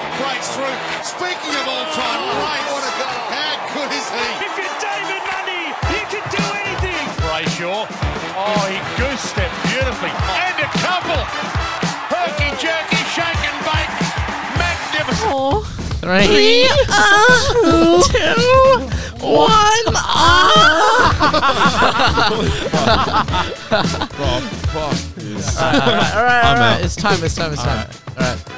through. Speaking of all-time greats, what a goal. how good is he? If you're David Mundy, you can do anything. Brayshaw. Oh, he goose stepped beautifully. And a couple. Herky jerky, shake and bake. Magnificent. Three, two, one. uh. All right, all right. It's time. It's time. It's time. All right.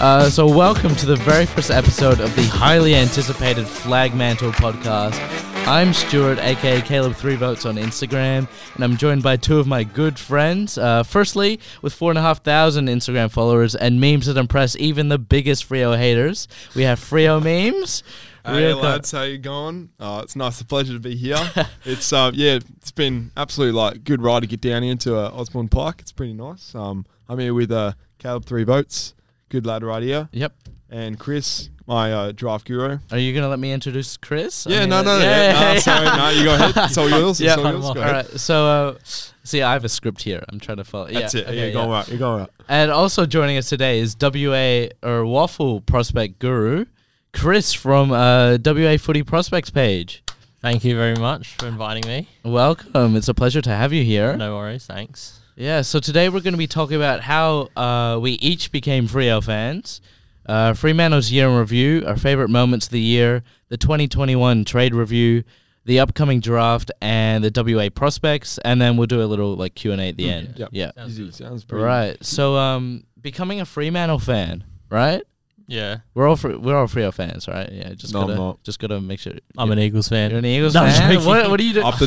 Uh, so, welcome to the very first episode of the highly anticipated Flag Mantle podcast. I'm Stuart, aka Caleb Three Votes on Instagram, and I'm joined by two of my good friends. Uh, firstly, with four and a half thousand Instagram followers and memes that impress even the biggest Frio haters, we have Frio memes. Hey co- lads, how you going? Uh, it's nice, a pleasure to be here. it's um, yeah, it's been absolutely like good ride to get down here to uh, Osborne Park. It's pretty nice. Um, I'm here with uh, Caleb Three Votes, good lad right here, Yep. and Chris, my uh, draft guru. Are you gonna let me introduce Chris? I Yeah, mean, no, uh, no, no, yeah, yeah, yeah. yeah, no, sorry, no, you go ahead. It's all yours. It's Yeah, all yours. Go all ahead. right. So, uh, see, I have a script here. I'm trying to follow. That's yeah, it. okay, you're going right. You're going right. And also joining us today is WA or Waffle Prospect Guru, Chris from uh, WA Footy Prospects page. Thank you very much for inviting me. Welcome. It's a pleasure to have you here. No worries, thanks. Yeah. So today we're going to be talking about how uh, we each became Frio fans, uh, Fremantle's year in review, our favorite moments of the year, the 2021 trade review, the upcoming draft, and the WA prospects. And then we'll do a little like Q and A at the end. Yep. Yeah. Easy. Sounds pretty. Right. So um, becoming a Fremantle fan, right? Yeah, We're all Fre- we're all Frio fans, right? Yeah, just No, I'm gotta not. just gotta make sure I'm an Eagles fan. you're an Eagles No, I'm fan. joking. What, what do you do? Up the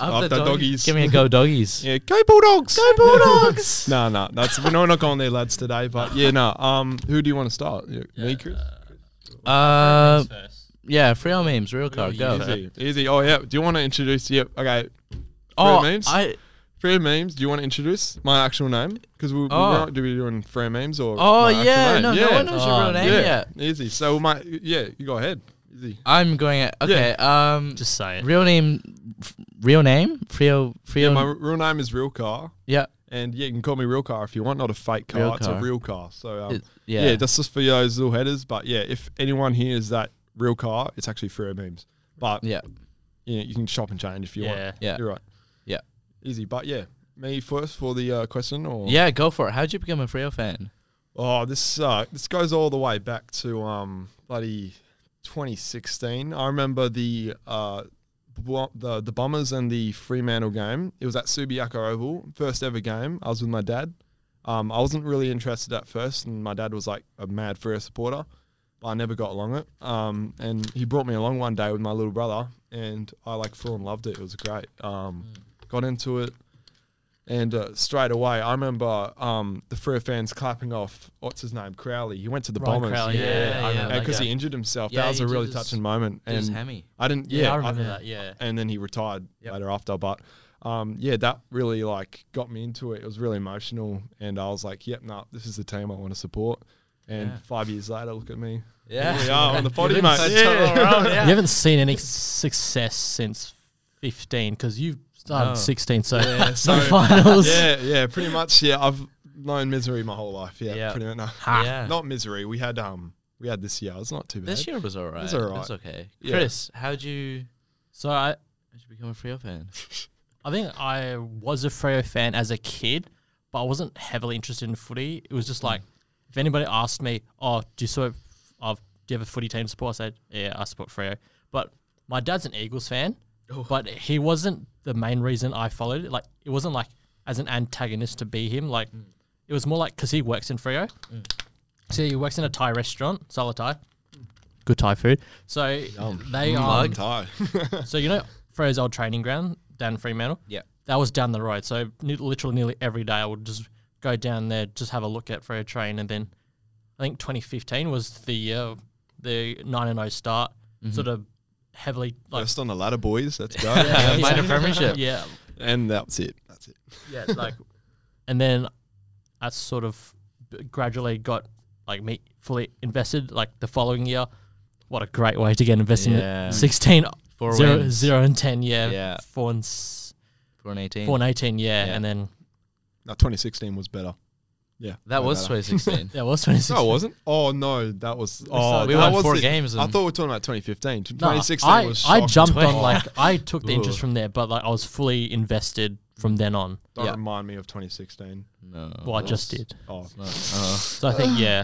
Up Up, the, dog- doggies. Give me a go, doggies. Yeah, go Bulldogs. Go Bulldogs! no, no, that's we're not going there, lads, today. But yeah, no. Um, who do you want to start? Yeah, me, Chris. Uh, yeah, Frio memes, real card, go. easy, easy. Oh yeah. Do you want to introduce? Yep. Okay. Oh, memes? I Free memes. Do you want to introduce my actual name? Because we, Oh. we're not do we doing free memes or? oh my actual yeah, name? no, no one knows your real Oh, name yet. Easy. So my yeah, you go ahead. Easy. I'm going at okay. Um, Just say it. real name, f- real name, Frio, Frio. Yeah, my r- real name is Real Car, yeah. and yeah, you can call me Real Car if you want, not a fake car. Real it's Car. a real car. So um, It- yeah. yeah. that's just for those little headers. But yeah, if anyone hears that Real Car, it's actually free memes. But yeah, you know, you can shop and change if you Yeah. want. Yeah. You're right. Yeah. Easy. But yeah, me first for the uh, question or yeah. Go for it. How'd you become a Frio fan? Oh, this uh, this goes all the way back to um bloody 2016. I remember the uh bu- the the Bombers and the Fremantle game. It was at Subiaco Oval, first ever game. I was with my dad. Um, I wasn't really interested at first, and my dad was like a mad Freo supporter, but I never got along it. Um, and he brought me along one day with my little brother, and I like full and loved it. It was great. Um, got into it. And uh, straight away, I remember um, the Freo fans clapping off what's his name Crowley. He went to the Bombers, Crowley, yeah, yeah, I and because remember he injured himself, Yeah, that was he a did really his- touching moment. did his And hammy. I didn't. Yeah, Yeah, I remember that. Yeah Yeah, and then he retired later after. But um, yeah, that really like got me into it. It was really emotional, and I was like, "Yep, no, this is the team I want to support." And five years later, look at me. Yeah. Here we are on the potty, You've mate. been so Yeah. total around, yeah. you haven't seen any success since 15 because you started No. 16, so Yeah, no so- finals. yeah, yeah, pretty much. Yeah, I've known misery my whole life. Yeah, Yeah. pretty much. No. Yeah. Not misery. We had um, we had this year. It's not too bad. This year was alright. was alright. It's okay. Yeah. Chris, how'd you So I, how'd you become a Frio fan? I think I was a Freo fan as a kid, but I wasn't heavily interested in footy. It was just like, if anybody asked me, "Oh, do you sort of, of do you have a footy team to support?" I said, "Yeah, I support Freo." But my dad's an Eagles fan, but he wasn't the main reason I followed it. Like, it wasn't like as an antagonist to be him. Like, it was more like because he works in Freo. So he works in a Thai restaurant, Sala Thai. Good Thai food. So they are. Hard tie. So you know Freo's old training ground down in Fremantle? Yeah. That was down the road. So ne- literally nearly every day I would just go down there, just have a look at Freo train and then I think 2015 was the uh, the 9 and 0 start Mm-hmm. sort of heavily like First on the ladder, boys. Let's go. yeah, Minor yeah. premiership. yeah. And that's it. That's it. Yeah, like and then I sort of b- gradually got like me fully invested like the following year. What a great way to get invested Yeah. in 16 Four zero, wins. zero and 10 yeah, Yeah. 4 and s- Four and eighteen. Four and eighteen, yeah, Yeah. and then No, 2016 was better. Yeah, That no was matter. 2016. Yeah, it was 26. No, it wasn't. Oh no, that was. Oh, we that won was four the- games I and- thought we were talking about 2015. Nah, 2016 I, was. I shocking. jumped on 20. like I took the interest Ugh. from there, but like I was fully invested from then on. Don't yeah. remind me of 2016. no. Well, I just did. Oh, So I think yeah,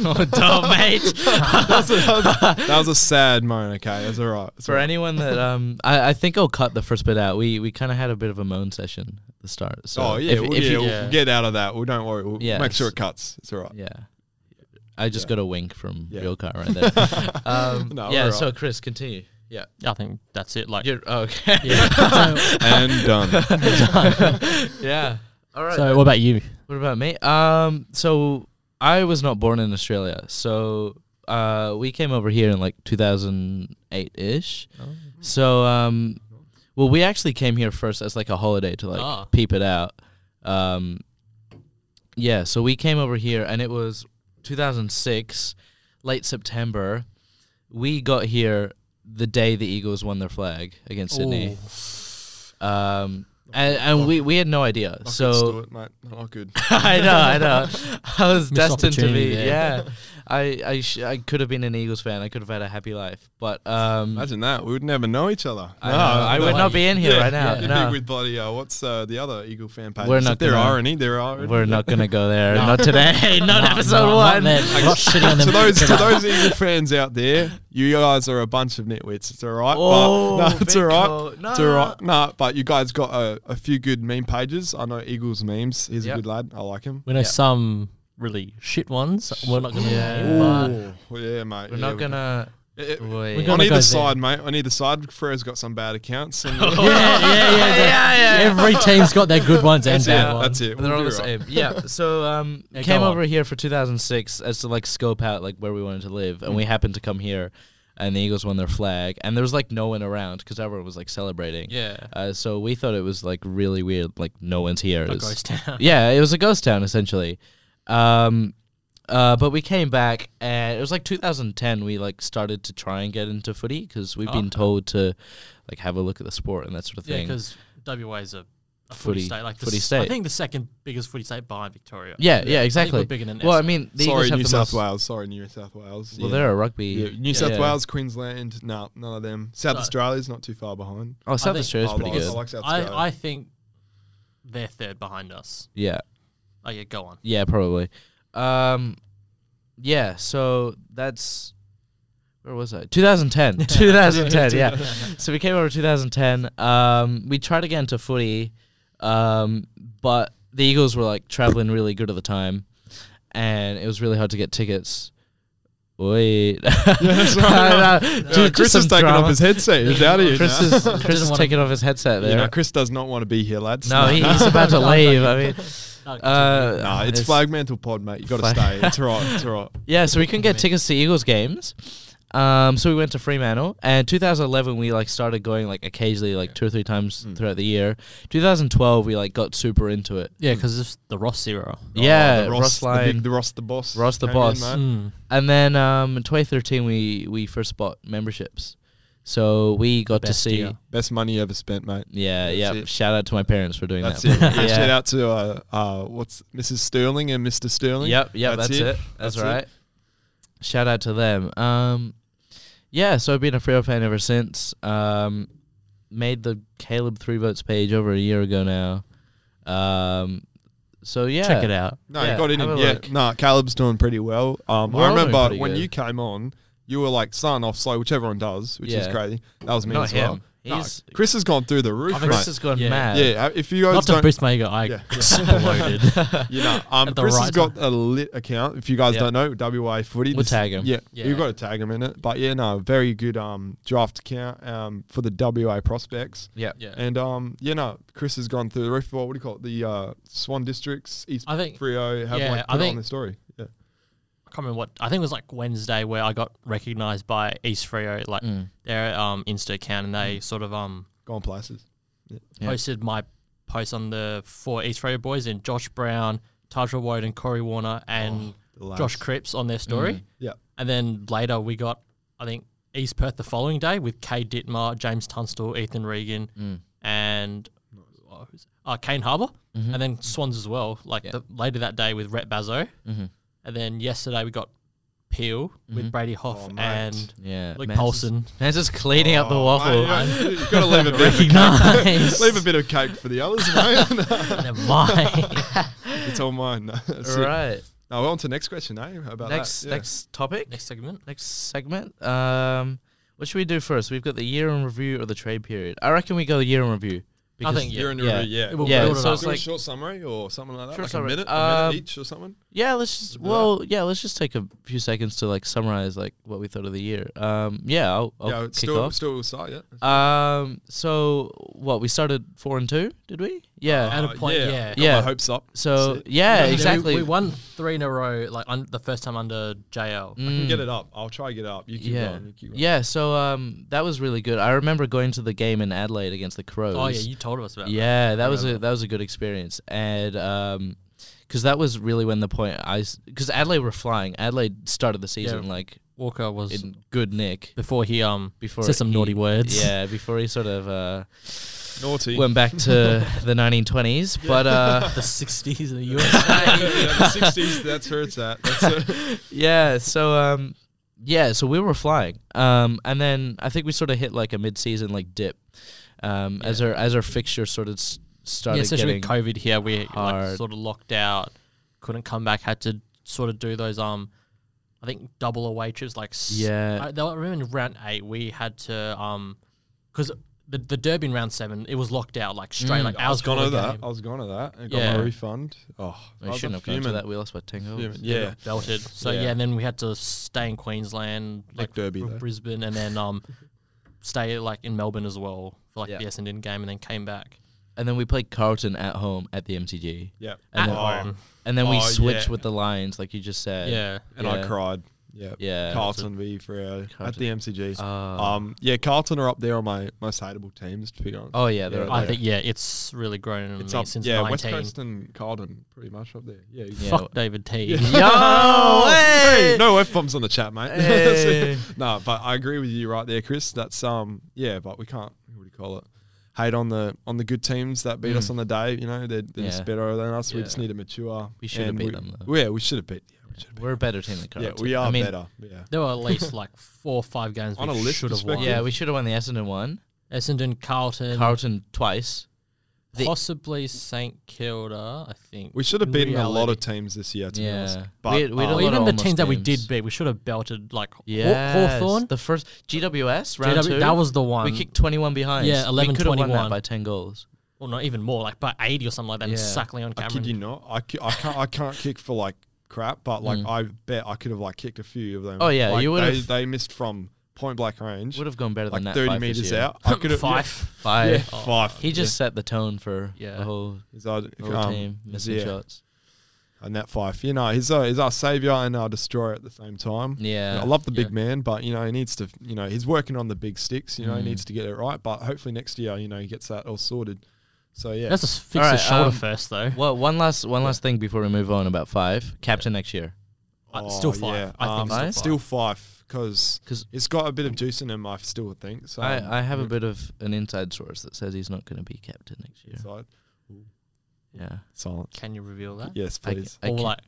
Oh, dumb, mate. that was a sad moment. Okay, that's all right. It's all For anyone that um, I, I think I'll cut the first bit out. We we kind of had a bit of a moan session at the start. So Oh yeah, if, we'll, if yeah, you, we'll Yeah. get out of that. We don't worry. We'll Yeah, make sure it's- it cuts. It's all right. yeah. I just got a wink from Yeah. real car right there. um, No, yeah. we're So right. Chris, continue. Yeah. I think that's it. Like You're oh, okay. Yeah. yeah. and done. All right. so what about you? What about me? Um, so I was not born in Australia, so uh, we came over here in like 2008 ish. So, um, well, we actually came here first as like a holiday to like Ah. peep it out. Um, yeah, so we came over here, and it was 2006, late September. We got here the day the Eagles won their flag against Sydney. Um, and, and we, we had no idea. so do it, mate. Not good. I know, I know. I was Missed destined to be. opportunity there. Yeah, I, I, sh- I could have been an Eagles fan. I could have had a happy life, but um, Imagine that. We would never know each other. I, know, I would not be in here Yeah, right now. You'd be No, with bloody uh, what's uh, the other Eagle fan page? We're not there gonna- are any. There are. any. we're not gonna go there. Not today. not episode not, one. Not, then. not shitting on them. to those to those Eagle fans out there, you guys are a bunch of nitwits. It's all right. Oh, but, no, it's big all right. call. It's No. all right. No, but you guys got a, a few good meme pages. I know Eagles memes. He's Yep. a good lad. I like him. we know some really shit ones. We're not gonna. Yeah. name, but Oh, yeah, Eh, mate. We're not gonna. Wait. got- on gonna go either there. side, mate. On either side, Frere's got some bad accounts. And Oh, yeah, yeah, yeah, the- Every team's got their good ones and that's, bad it. ones. that's it. They're We'll all be the right. same. Yeah. So um, Yeah, came go over here for 2006 as to like scope out like where we wanted to live, and we Mm. happened to come here, and the Eagles won their flag, and there was like no one around because everyone was like celebrating. Yeah. Uh, so we thought it was like really weird, like no one's here. It was- ghost town. Yeah, it was a ghost town essentially. Um, uh, but we came back, and it was like 2010. We like started to try and get into footy because we've been told to like have a look at the sport and that sort of Yeah, thing. because WA is a, a footy, Footy- state. Like the footy s- I state. think the second biggest footy state behind Victoria. yeah, yeah, I exactly. think we're bigger than well, I Essendon. mean, the Sorry, Eagles have New the most- South Wales. Sorry, New South Wales. Well, Yeah. they're a rugby. Yeah, New South yeah. Wales, Queensland. No, none of them. South No. Australia's not too far behind. Oh, South think- Australia's I pretty like- good. I like South Australia. I, I think they're third behind us. Yeah, Oh yeah, go on. yeah, probably. Um, yeah. So that's where was I? 2010. 2010. Yeah. So we came over 2010. Um, we tried to get into footy, um, but the Eagles were like traveling really good at the time, and it was really hard to get tickets. Wait, that's right. Uh, Chris is taking off his headset. He's out of here. Chris now. is, Chris is wanna- taking off his headset You there. know, Chris does not want to be here, lads. no, he, he's about to leave. I mean, uh, Nah, it's, flag mantle pod, mate. You got to Flag- stay. It's all right. It's all right. Yeah, so we couldn't get tickets to Eagles games. Um, so we went to Fremantle, and 2011 we like started going like occasionally, like two or three times Mm. throughout the year. 2012 we like got super into it. yeah, because it's the Ross era. yeah, Oh, the Ross, Lyon, the, big, the Ross the boss, Ross the came in, boss. mate. Mm. and then um, in 2013 we we first bought memberships, so we got to Best see. year. Best money ever spent, mate. Yeah, yeah. it. Shout out to my parents for doing That's that. it. Yeah. Yeah. Shout out to uh, uh, what's Mrs. Sterling and Mr. Sterling. Yep, yep, that's, it. That's, right. Shout out to them. Um, yeah, so I've been a Freo fan ever since. Um, made the Caleb Three Votes page over a year ago now. Um, so yeah, Check it out. No, Yeah, you got in. have a Yeah, look. no, Caleb's doing pretty well. Um, We're all I doing remember pretty when good. you came on, you were like starting off slow, which everyone does, which is Yeah. crazy. That was me Not as well. him. No, He's- Chris has gone through the roof, I mate. think Chris has gone Yeah. mad. yeah, if you guys Not to don't boost my ego, I Yeah. exploded. You know, um, At the Chris has right got a lit account. If you guys Yeah. don't know, WA Footy. We'll tag him. Yeah, Yeah. you've got to tag him in it. But yeah, no, very good um, draft account um, for the WA prospects. yeah, yeah. And um, yeah, no, Chris has gone through the roof. Well, what do you call it? The uh, Swan Districts, East I think- Frio have yeah, like I put it on think- the story. Yeah. I can't remember what I think it was like Wednesday where I got recognized by East Frio, like their um, Insta account, and they sort of um Gone places. Yeah. posted my post on the four East Frio boys and Josh Brown, Tajra Wode, and Corey Warner and the lads. Josh Cripps on their story. Yeah. And then later we got I think East Perth the following day with Kay Ditmar, James Tunstall, Ethan Regan, and oh, who's, uh, Kane Harbour, and then Swans as well. Like the, later that day with Rhett Bazo, and then yesterday we got Peel with Brady Hoff mate. and Yeah. Luke Man's Paulson. Just, Man's just cleaning up Oh, the waffle. You've got to leave a bit of a Recognize. Leave a bit of cake for the others, mate. Never mind. it's all mine. That's All it. right. Now we're on to next question, eh? How about Next that? Yeah. next topic. Next segment. Next segment. Um, what should we do first? We've got the year in review or the trade period. I reckon we go the year in review. I because- think yeah. You're in yeah. yeah. yeah. It will Yeah, build it so up. it's Do a like- short summary or something like that, Short like summary. a minute, a Um, minute each or something. Yeah, let's just do well, yeah, let's just take a few seconds to like summarize like what we thought of the year. Um, yeah, I'll, I'll yeah, kick still, off. still will start. Yeah, Um, so what we started four and two, did we? Yeah. At a point, yeah. yeah. Got Yeah. my hopes up. so That's it. yeah, We- exactly. We, won three in a row, like un- the first time under JL. Mm. I can get it up. I'll try to get it up. You keep yeah, going. You keep going. yeah. So um, that was really good. I remember going to the game in Adelaide against the Crows. Oh yeah, you told us about. Yeah, that was a that was a good experience, and um 'cause because that was really when the point I because Adelaide were flying. Adelaide started the season Yeah. like that. Walker was in good nick before he um before said some he- naughty words. Yeah, before he sort of uh, naughty. went back to the 1920s, but uh, the '60s in the US. yeah, the sixties. That's where it's at. That's it. yeah, so um, yeah, so we were flying, um, and then I think we sort of hit like a mid-season like dip, um, as our as our fixture sort of s- yeah, started especially getting with COVID here, we like hard. sort of locked out, couldn't come back, had to sort of do those um, I think double away trips. Like s- Yeah. I, they were- I remember in round eight we had to um, because the the derby in round seven it was locked out like Mm. straight like I hours was gone before to the that. game. I was gone to that. I got Yeah. my refund. Oh, I we was shouldn't have gone to fuming. that. We lost by ten goals. Fuming. Yeah, belted. So yeah. Yeah. and then we had to stay in Queensland, like Derby, Br- though. Brisbane, and then um, stay like in Melbourne as well for like Yeah. the Essendon game, and then came back. and then we played Carlton at home at the MCG. yeah. And At then, home. and then we Oh, switched yeah. with the Lions, like you just said. yeah, and Yeah. I cried. Yeah, Yeah. Carlton v for uh, at Carlton. the MCG. Ah. um, yeah, Carlton are up there on my most hateable teams. To be honest, Oh yeah, they're Yeah. I yeah. think yeah, it's really grown in it's me up. since yeah, West nineteen. Coast and Carlton pretty much up there. Yeah, Yeah. Fuck David T. Yo, hey! Hey, no f bombs on the chat, mate. Hey. no, but I agree with you right there, Chris. That's um, yeah, but we can't. What do you call it? Hate on the on the good teams that beat us on the day. You know, they're, Mm. Yeah. they're just better than us. We Yeah. just need to mature. We should have and beat we- them, though. Yeah, we should have beat. Yeah, we, should have We're a better team than beat- yeah, Carlton. we are I mean, better. Yeah, There were at least like four or five games On we a list should have won. perspective. Yeah, we should have won the Essendon one. Essendon, Carlton, Carlton twice. the- possibly St Kilda. I think we should in have beaten a lot reality. of teams this year. To Yeah. be honest, We had- we had a Or lot of even the almost teams that we games. did beat, we should have belted like Haw- Yeah, Hawthorn. The first GWS round JW two. that was the one. we kicked twenty one behind. Yeah, 11, We could have won that 21. by ten goals. well, not even more, like by 80 or something like that, and Yeah. Suckley on I kid you Cameron. not. I, ki- I can't I can't kick for like crap, but like I bet I could have like kicked a few of them. Mm. Oh, yeah, Like, you would've- they, they missed from point blank range, Would have gone better like than that. thirty five this meters year. out. I could have Five. Five. Oh, Yeah, five. He just set the tone for Yeah. the whole, He's our, whole um, team missing yeah, shots. A net five. You know, he's our, he's our savior and our destroyer at the same time. Yeah. I love the big Yeah. man, but you know he needs to. You know he's working on the big sticks. You know he Mm. needs to get it right, but hopefully next year you know he gets that all sorted. So yeah, Let's just fix All right, his shoulder um, first, though. Well, one last one last thing before we move on about five captain next year. Uh, Oh, still five. yeah, I um, think five? still still five. five because 'Cause- it's got a bit of juice in him. I still think so. I, I have Mm. a bit of an inside source that says he's not going to be captain next year. Side. Yeah, Silence. Can you reveal that? Yes, I, please. I or can't, like,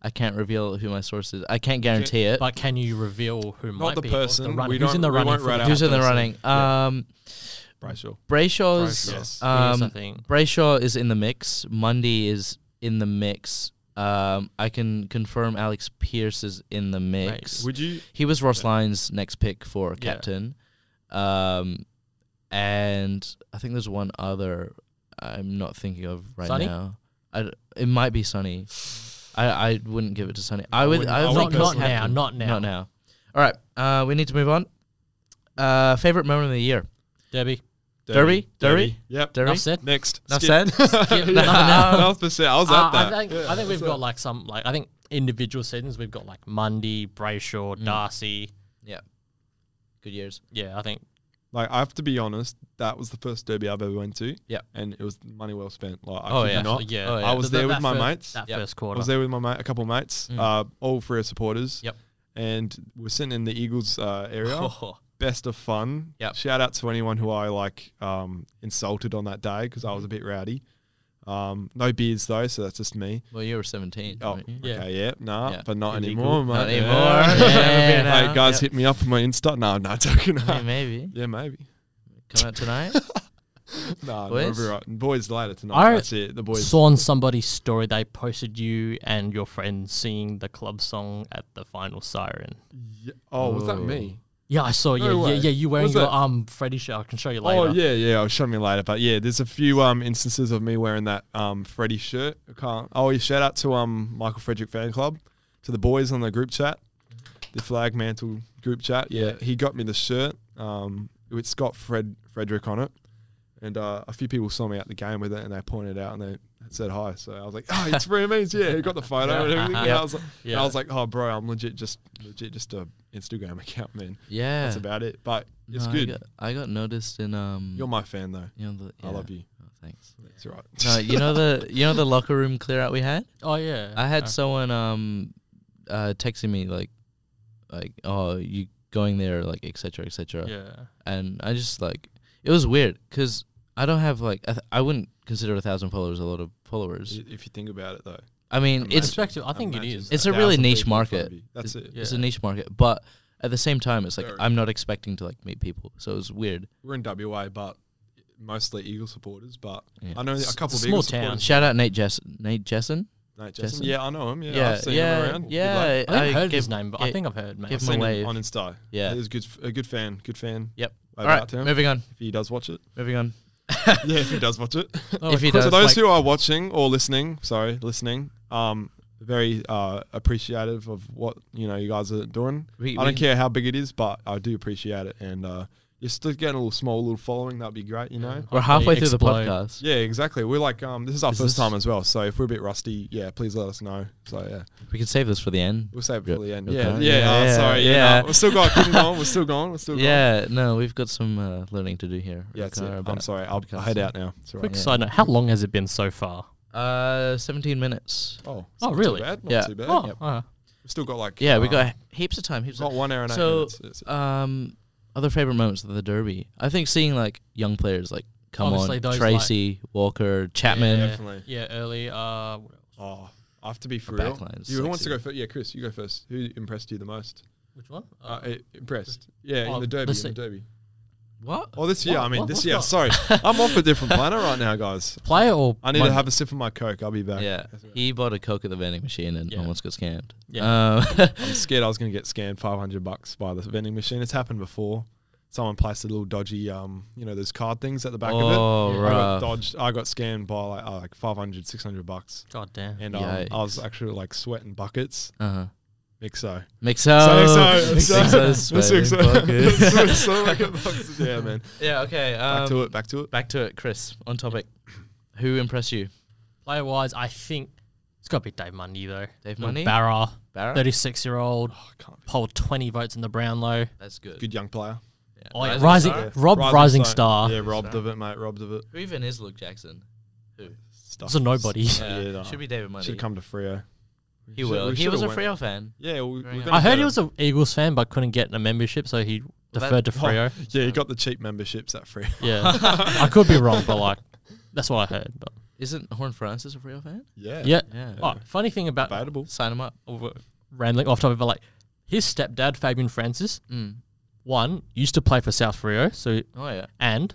I can't reveal who my source is. I can't guarantee it. but can you reveal who might Not the be person. The run- We who's don't- in the we running? won't for write the out Who's in the captaincy? running? Um, Brayshaw. Brayshaw's. Yes. He is, I Um, think. Brayshaw is in the mix. Mundy is in the mix. Um, I can confirm Alex Pierce is in the mix. Would you? He was Ross Lyon's next pick for Yeah. captain. Um, and I think there's one other I'm not thinking of right Sonny? now. I d it might be Sonny. I, I wouldn't give it to Sonny. I would. wouldn't- I I would Not, make Oh, not Cook now. captain. Not now. Not now. All right. Uh, we need to move on. Uh, favorite moment of the year. Derby. Derby. Derby. Derby. Yep. Derby. Enough said. Next. Enough Skip. said. Yeah, nothing else. Enough to say. I was Uh, at I that. think I think we've got like some like I think individual seasons we've got like Mundy, Brayshaw, Mm. Darcy. yeah. Good years. Yeah, I think Like I have to be honest, that was the first derby I've ever went to. Yep. And it was money well spent. Like I Oh, could yeah. not. yeah. Oh, yeah. I was That- there that with my fir- mates. That Yep. first I quarter. Mm. was there with my mate, a couple of mates, uh, all Freo supporters. Yep. Oh. And we're sitting in the Eagles uh, area. best of fun. Yep. Shout out to anyone who I like um, insulted on that day because I was a bit rowdy. Um, no beards though, so that's just me. Well, you were 17. Oh, weren't you? Yeah. okay, yeah, nah, Yeah. but not Illegal. anymore, mate. Not anymore. Yeah. Yeah, hey, no. guys, Yep. hit me up on my Insta. No, I'm not joking. Hey, maybe. yeah, maybe. Come out tonight? No, Boys? boys? No, right. boys later tonight. I that's it. The boys. Saw on somebody's story they posted you and your friend singing the club song at the final siren. Yeah. Oh, was that me? Yeah, I saw. No yeah, way. yeah, yeah. You wearing Was your it? um Freddy shirt? I can show you later. Oh yeah, yeah. I'll show me later. But yeah, there's a few um instances of me wearing that um Freddy shirt. I can't. Oh, yeah. Shout out to um Michael Frederick fan club, to the boys on the group chat, the flag mantle group chat. Yeah, he got me the shirt. Um, it's got Fred Frederick on it, and uh, a few people saw me at the game with it, and they pointed out and they said hi. So I was like, oh, it's Remains. Yeah, he got the photo and everything. And I was like, and I Yeah. was like, oh, bro, I'm legit just legit just a Instagram account man. yeah. That's about it. But it's No, good. I got, I got noticed in um. You're my fan though. you know the, I yeah. love you. Oh, thanks. That's right. No, you know the you know the locker room clear out we had. Oh yeah. I Uh-huh. had someone um, uh, texting me like, like oh you going there like etc etc. Yeah. And I just like it was weird because I don't have like I, th- I wouldn't consider a thousand followers a lot of followers. if you think about it though, I mean it's Perspective. I think it Imagine is. that. it's a really Thousand niche people in front market. of you. That's It's- it. It's a Yeah. niche market, but at the same time it's like Very. I'm not expecting to like meet people, so it was weird. we're in WA, but mostly Eagle supporters. But Yeah. I know a couple of small Eagle town. supporters. Shout out Nate Jess Nate Jessen. No, Jason. Jason. Yeah, I know him. Yeah, I've seen yeah, him around. yeah. Good lad. I haven't heard of gave- his name, but I gave- think I've heard. give Mate. him I've seen a him wave. on Insta. Yeah. he's a good, a good fan. Good fan. Yep. Wave All right, out to him moving on. if he does watch it. Moving on. yeah, if he does watch it. if he For does, so those like, who are watching or listening, sorry, listening, um, very uh, appreciative of what you know you guys are doing. We- I we don't can- care how big it is, but I do appreciate it, and uh, you're still getting a little small little following. That'd be great, you know. we're halfway through explode. the podcast. Yeah, exactly. We're like, um, this is our Is first this- time as well, so if we're a bit rusty, yeah, please let us know. So yeah, We can save this for the end. we'll save it Yep. till the end. Okay. Yeah, yeah. Yeah, uh, yeah, sorry, yeah. yeah. nah, we're still going. Keep going. We're still going. We're still going. Yeah, no, we've got some uh, learning to do here. Uh, Yeah, that's Reckon it. I'm about- sorry. I'll I'll head out now. It's all right. Quick side note: How long has it been so far? Uh, 17 minutes. Oh, it's Oh, not really? Too bad. Not Yeah. too bad. Oh, Yep. alright. We've still got like Yeah, we uh, got heaps of time. Heaps Not of one hour and eight So, minutes. It's- um, other favorite moments of the derby. I think seeing like young players like come Obviously on, those, Tracy Walker, Chapman. yeah, definitely. yeah, early. Uh, what else? Oh, I have to be for back real. line's Who wants to sexy. go first? Yeah, Chris, you go first. Who impressed you the most? which one? Uh, Uh, i- impressed. Yeah, in oh, the derby. let's In the see. derby. What? Oh, this year. I mean, what- this what's year. that? Sorry, I'm off a different planet right now, guys. player or I need mon- to have a sip of my coke. I'll be back. Yeah, he bought a coke at the vending machine and Yeah. almost got scammed. Yeah. Um, I'm scared I was going to get scammed 500 bucks by the vending machine. It's happened before. Someone placed a little dodgy, um, you know, those card things at the back Oh, of it. I got rough. dodged. I got scammed by like, uh, like 500, 600 bucks, God damn. and um, I Yikes. was actually like sweating buckets. uh-huh. Mixo. Mixo. Mixo. Mixo. Mixo. So I got boxes. Yeah, man. Yeah. Okay. Um, Back to it. Back to it. Back to it, Chris. On topic. Who impressed you? Player wise, I think it's got to be Dave Mundy though. Dave Little Mundy? Barra, Barra? thirty-six year old, can't polled twenty votes in the Brownlow. That's Good young player. Oh, yeah, Rising rising, Star? Rob Rising, Star. Yeah, robbed of it, mate. Robbed of it. Who even is Luke Jackson? Who? Stuff. It's a nobody. Yeah, nah. Should be David Money. Should come to Frio. He should- will. we He should've was a went. Freo fan. Yeah, we, Very we're nice. gonna I heard get he him. was an Eagles fan, but couldn't get a membership, so he that- deferred to Oh, Freo. yeah, he got the cheap memberships at Frio. Yeah, I could be wrong, but like that's what I heard. But Isn't Horn Francis a Freo fan? Yeah. yeah. Yeah. Oh, funny thing about Debatable. Sign him up. randomly off topic, but like his stepdad Fabian Francis, Mm. one used to play for South Rio, so Oh yeah. and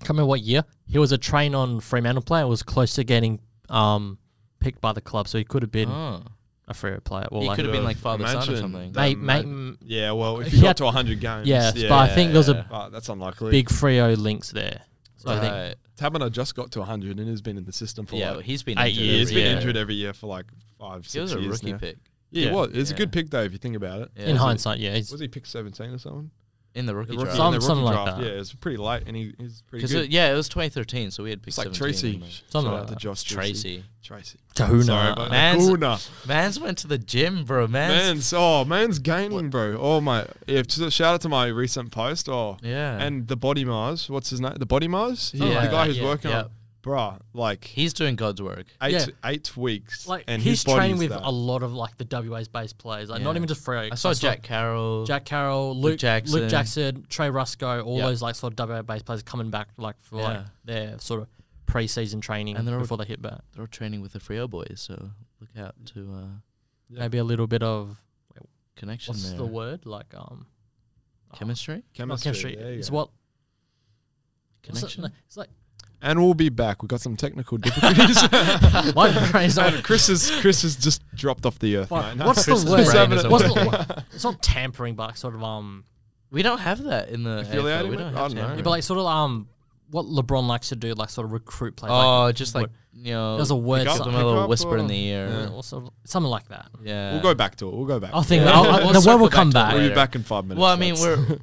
can't remember what year he was a train on Fremantle player. Was close to getting um picked by the club, so he could have been Oh. a Freo player. Well, He like, could have been uh, like father son or imagine something. that- mate, Um, mate, I- mm, Yeah, well, if He you had- got to 100 games. yes, yeah, but I think there was a but that's unlikely. big Freo links there. So I think Right. Tabana just got to 100 and has been in the system for Yeah. well, like He's been Eight injured years, he's every been year. injured every year for like five, six He was a years rookie now. pick. Yeah, Yeah. he was. It's Yeah. a good pick though if you think about it. Yeah. in hindsight, yeah, he's- Was he pick 17 or something? In the rookie The rookie- draft. Some- in the something rookie like draft, that. Yeah, it's pretty late, and he, he's pretty Because good. yeah, it was 2013, so we had picked it's like 17, Tracy. like- Something Shout out like to that. Josh Tracy. Tracy. Tracy. Tahuna. Sorry, but Man's- Hakuna. Man's went to the gym, bro. Man's, man's oh, man's gaining, bro. Oh my! Yeah, just shout out to my recent post. Oh, Yeah. and the body Mars. What's his name? The body Mars. He, Yeah. the guy who's Yeah. working on. bruh, like He's doing God's work. eight yeah. eight weeks, Like and he's his body training is with that. a lot of like the WA's base players, like not Yeah. even just Freo. I saw Jack Carroll. Jack Carroll, Luke, Luke Jackson, Jackson. Trey Rusco, all Yeah. those like sort of WA based players coming back like for like Yeah. their sort of preseason training And they're all- before they hit back. They're all training with the Frio boys, so look out to uh, Maybe a little bit of connection what's there. the word like um Chemistry? not chemistry. chemistry. there you It's go. what what's it- Connection? no, It's like And we'll be back. We've got some technical difficulties. my brain's not. Chris is Chris has just dropped off the earth. What, mate. what's the Chris's word? brain is What's away. the, what- it's not tampering, but like sort of um, We don't have that in the AFL. Affiliated We with- don't I have don't know. tampering. but like sort of um, what LeBron likes to do, like sort of recruit players. Oh, like, just like, what- you know, there's a word. give up so- them Pick a little up whisper in or- the ear. or sort of- something like that. Yeah. We'll go back to it. We'll go back. I'll to it. think I'll, I'll, We'll the word circle will back come to it back. We'll later. be back in five minutes. Well, I mean, That's- we're.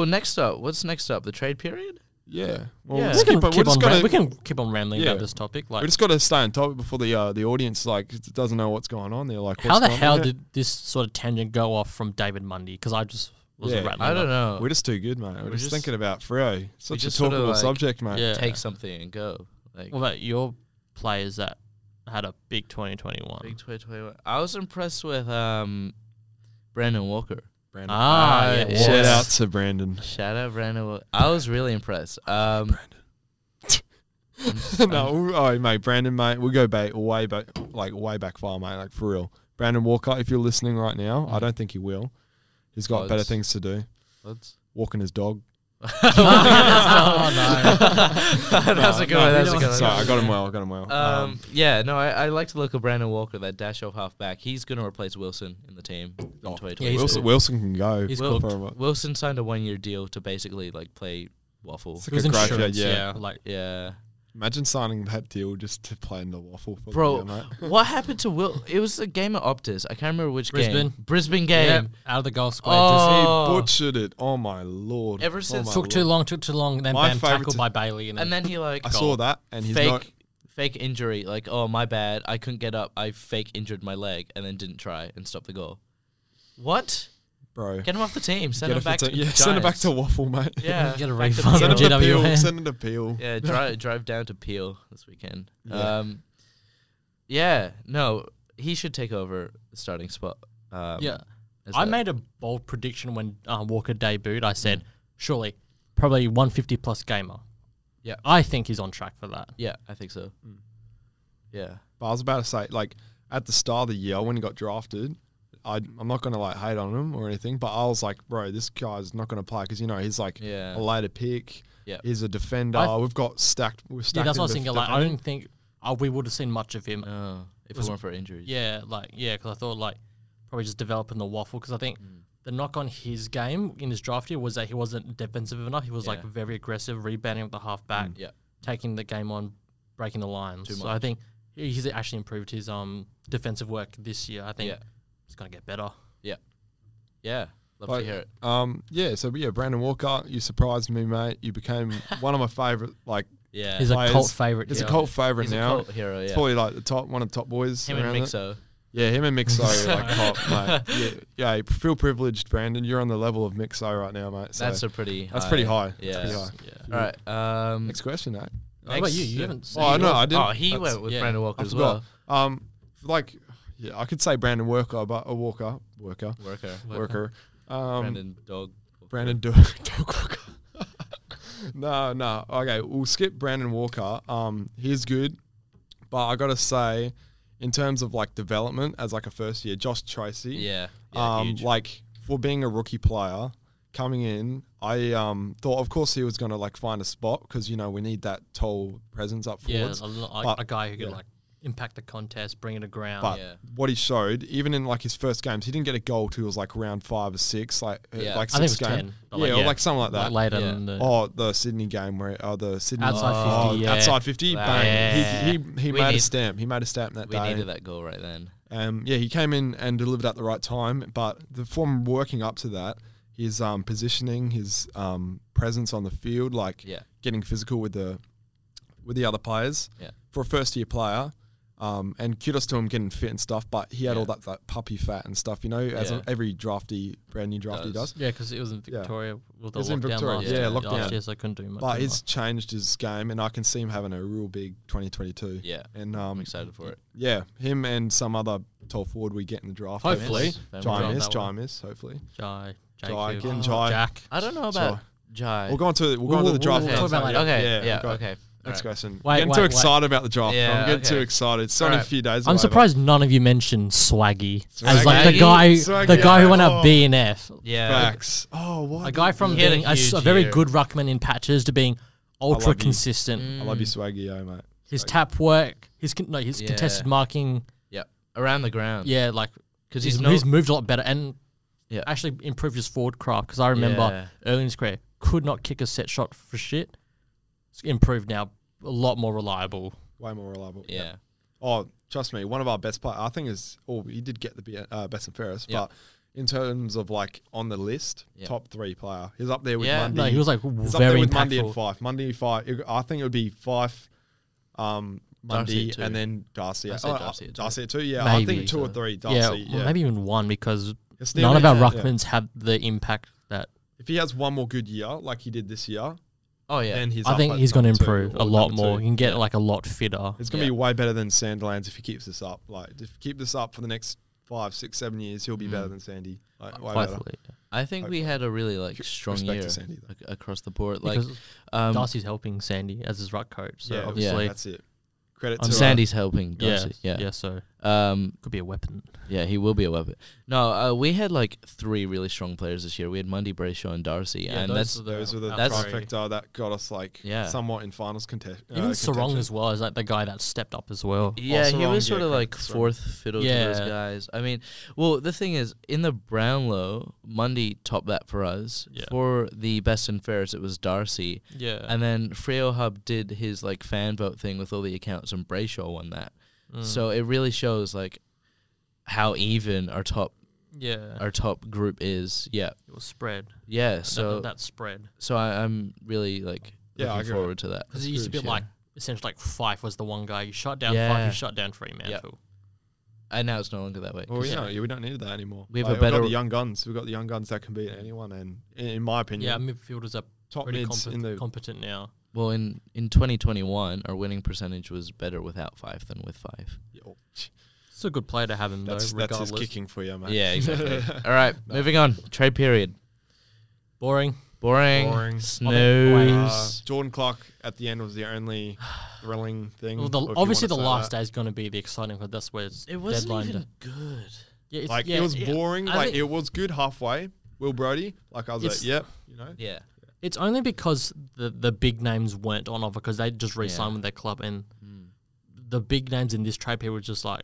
Well, next up, what's next up? The trade period? yeah. Well, Yeah. we'll We skip can, it. We're keep on just ram- gonna- we can keep on rambling Yeah. about this topic. Like, We just got to stay on topic before the uh, the audience like doesn't know what's going on. They're like, how what's the going on hell here? did this sort of tangent go off from David Mundy? Because I just was Yeah, rattling. I don't off. know. We're just too good, mate. We're, just, just- thinking about Freo. Such just a sorta, talkable like, subject, mate. Yeah. Take something and go. Like, What about your players that had a big 2021? Big 2021. I was impressed with um, Brandon Walker. Brandon. ah, Ah, yeah. yeah. Shout Yes. out to Brandon. Shout out Brandon Walker. I was really impressed. Um, I'm just- I'm- no, we- oh mate, Brandon, mate, we go back way back, like way back far, mate. Like for real, Brandon Walker. If you're listening right now, Mm. I don't think he will. He's got Odds. better things to do. What's- Walking his dog. That's a good one. That's a good one. Sorry, I got him well. I got him well. Um, yeah, no, I, I like to look at Brandon Walker, that dash off halfback. He's going to replace Wilson in the team in Oh, 2022. yeah, he's Wilson, cooked. Wilson can go. He's for cooked. a- Wilson signed a one year deal to basically like play waffle. It's It was like a graveyard, insurance, yeah. yeah. Like, Yeah, Imagine signing that deal just to play in the waffle for bro, the year, mate. what happened to Will? It was a game at Optus. I can't remember which game. Brisbane. Brisbane yeah, game. out of the goal square. Oh, He butchered it. Oh my lord. Ever Oh, since- my just took too lord. long, took too long, then My bam, favourite tackled t- by Bailey, and then, And then he like oh, I saw that, and he's fake not. fake injury. Like, oh my bad, I couldn't get up. I fake injured my leg and then didn't try and stop the goal. What? Bro, Get him off the team. Send Get him off the back. team. to yeah, send it back to Giants. waffle, mate. yeah. Get a back to refund. Giants. send it to GWA. Peel. Send it to Peel. Yeah, drive drive down to Peel this weekend. Yeah. Um, yeah, no, he should take over the starting spot. Um, yeah. as I the- made a bold prediction when uh, Walker debuted. I said, surely, probably 150 plus gamer. Yeah. I think he's on track for that. Yeah, I think so. Hmm. Yeah, But I was about to say, like, at the start of the year when he got drafted, I, I'm not going to, like, hate on him or anything, but I was like, bro, this guy's not going to play because, you know, he's, like, Yeah. a later pick. Yeah. He's a defender. I- We've got stacked. We've Yeah, stacked that's what I was in thinking. def- Like, I defending. didn't think uh, we would have seen much of him. uh, if it Was- weren't for injuries. Yeah, like yeah, because I thought like probably just developing the waffle because I think Mm. the knock on his game in his draft year was that he wasn't defensive enough. He was like Yeah. Mm. very aggressive, rebounding with the halfback, yeah, taking the game on, breaking the lines. Too so I think he's actually improved his um defensive work this year. I think Yeah. it's gonna get better. yeah. Love Like- to hear it. Um, yeah, so, yeah, Brandon Walker, you surprised me, mate. You became one of my favourite, like, Yeah, He's Players- a cult favorite. he's yeah. a cult favourite He's a now. cult hero. It's Yeah, probably, like, the top, one of the top boys. him and around it. Mixo. Yeah, him and Mixo are like hot, mate. Yeah, yeah, feel privileged, Brandon. You're on the level of Mixo right now, mate. So That's a pretty. that's pretty high. That's Yeah. pretty high. All right. Um, uh, Next question, mate. What about you? You haven't seen. Oh, I know. I didn't. oh, he that's- went with yeah. Brandon Walker I as well. forgot. Um, like, yeah, I could say Brandon Worker, but a Walker, Worker, Worker, Worker. Um, Brandon, Brandon Dog. Brandon Do- Dog Walker. no, no. Okay, we'll skip Brandon Walker. Um, he's good, but I gotta say, in terms of like development as like a first year, Josh Tracy. Yeah, yeah um, huge. like for being a rookie player coming in, I um, thought of course he was going to like find a spot because you know we need that tall presence up Yeah, forwards. a, lo- like, but- a guy who could yeah. like impact the contest, bring it to ground. But yeah. what he showed, even in like his first games, he didn't get a goal till it was like round five or six, like uh, Yeah. like I think six it was game, 10, yeah, but, like, or yeah. like something like that. Like, later Yeah. in the Oh, the Sydney game where oh, the Sydney Outside oh, 50, yeah. outside fifty, Wow. bang! Yeah. He, he, he We made need- a stamp. He made a stamp that we day. needed that goal right then. Um, yeah, he came in and delivered at the right time, but the form working up to that, his um, positioning, his um, presence on the field, like Yeah. getting physical with the with the other players. Yeah. For a first year player, Um, and kudos to him getting fit and stuff, but he had all that, that puppy fat and stuff, you know, as Yeah. every drafty, brand new drafty does. Does. Yeah, because it was in Victoria with the It's lockdown in Victoria, last yeah, year. lockdown. Last year, so I couldn't do much. But anymore. he's changed his game, and I can see him having a real big 2022. Yeah. And I'm um, excited for it. yeah, him and some other tall forward we get in the draft. Hopefully. Jamis, Family draft, Jamis, that one. Jamis, hopefully. Jai, Jai, Jacob, again, Jai. Jack. I don't know Sorry. about Jai. We'll go on to we'll go We'll- on to the we'll- draft. we'll talk about next that. time. Okay, yeah, we'll go. okay. Next Alright. question. Wait, getting wait, too wait. excited about the draft. Yeah, I'm getting too okay. excited. It's only a Alright. few days. I'm away, surprised none of you mentioned Swaggy. As like Swaggy? the guy, the Swaggy, guy yeah. who went Oh. out B and F. but yeah. Facts. Oh, what? A guy from He had a being a, s- a huge very year. good ruckman in patches to being ultra love you. consistent. I love you, Swaggy, yo, mate. His tap work, his con- no, his Yeah. contested marking. Yep. Around the ground. Yeah, like 'Cause he's, he's no- he's moved a lot better and Yeah. actually improved his forward craft. Because I remember Yeah. early in his career could not kick a set shot for shit. It's improved now, a lot more reliable. Way more reliable. Yeah. Oh, trust me, one of our best players, I think, is, oh, he did get the B- uh, best and fairest, Yeah. but in terms of like on the list, Yeah. top three player, he's up there with Yeah. Mundy. No, he was like he's up there very with impactful. Mundy and Fife. Mundy, Fife. it- I think it would be Fife, um, Darcy Mundy, too. and then Darcy. I said Oh, Darcy too. Darcy too. Yeah, I Maybe. think two or three. yeah, Darcy. Yeah, well, maybe even one because It's none of nearly- our yeah. ruckmans have the impact that If he has one more good year, like he did this year, Oh yeah. then he's. I up think at he's going to number two improve a or lot number more. two. He can get like a lot fitter. It's gonna be Yeah. way better than Sandlands if he keeps this up. Like if he keep this up for the next five, six, seven years, he'll be better than Sandy. Like, way better. Mm. Hopefully, I think we had a really like Respect strong to year Sandy, though. ac- across the board. Like because um, Darcy's helping Sandy as his ruck coach, so Yeah, obviously, that's it. Credit I'm to uh, Sandy's helping. yeah, Darcy. yeah, Yeah. so Um. could be a weapon. Yeah. He will be a weapon. No. Uh, we had like three really strong players this year. We had Mundy, Brayshaw, and Darcy, and that's Those were the That's- trifecta that got us like Yeah. somewhat in finals uh, contest. even Sarong as well is like the guy that stepped up as well. Yeah, he Sarong, was yeah, sort of correct, like Sarong. fourth fiddle to Yeah. those guys. I mean, well, the thing is, in the Brownlow, Mundy topped that for us. Yeah. For the best and fairest, it was Darcy. Yeah, And then Freo Hub did his like fan vote thing with all the accounts, and Brayshaw won that. Mm. So it really shows like how even our top yeah, our top group is. Yeah, it was spread. yeah. So So that, spread so I, I'm really like Yeah, I looking agree. forward to that. because it used to be Groups, yeah. like essentially like Fife was the one guy you shut down. Yeah. Fife, you shut down Fremantle. and now it's no longer that way. Well, 'cause- Oh, yeah, yeah, we don't need that anymore. We have a we've got better- the young guns. We've got the young guns that can beat anyone, and in, in my opinion, Yeah, midfielders are top pretty mids in competent, the competent now. Well, in, in 2021, our winning percentage was better without five than with five. Yo, It's a good player to have him oh, that's though. that's Regardless, his kicking for you, mate. Yeah, exactly. All right, moving on. Trade period. boring. Boring. Boring. Uh, Snooze. Jordan Clark at the end was the only thrilling thing. Well, the, or if you obviously, the wanna say last that. day is going to be the exciting one. That's where it's deadline. day. good. Yeah, it's, Like yeah, it was yeah. boring. I like think it was good halfway. Will Brody. Like I was It's- like, yep. You know. Yeah. It's only because the the big names weren't on offer because they just re-signed with their club, and the big names in this trade period were just like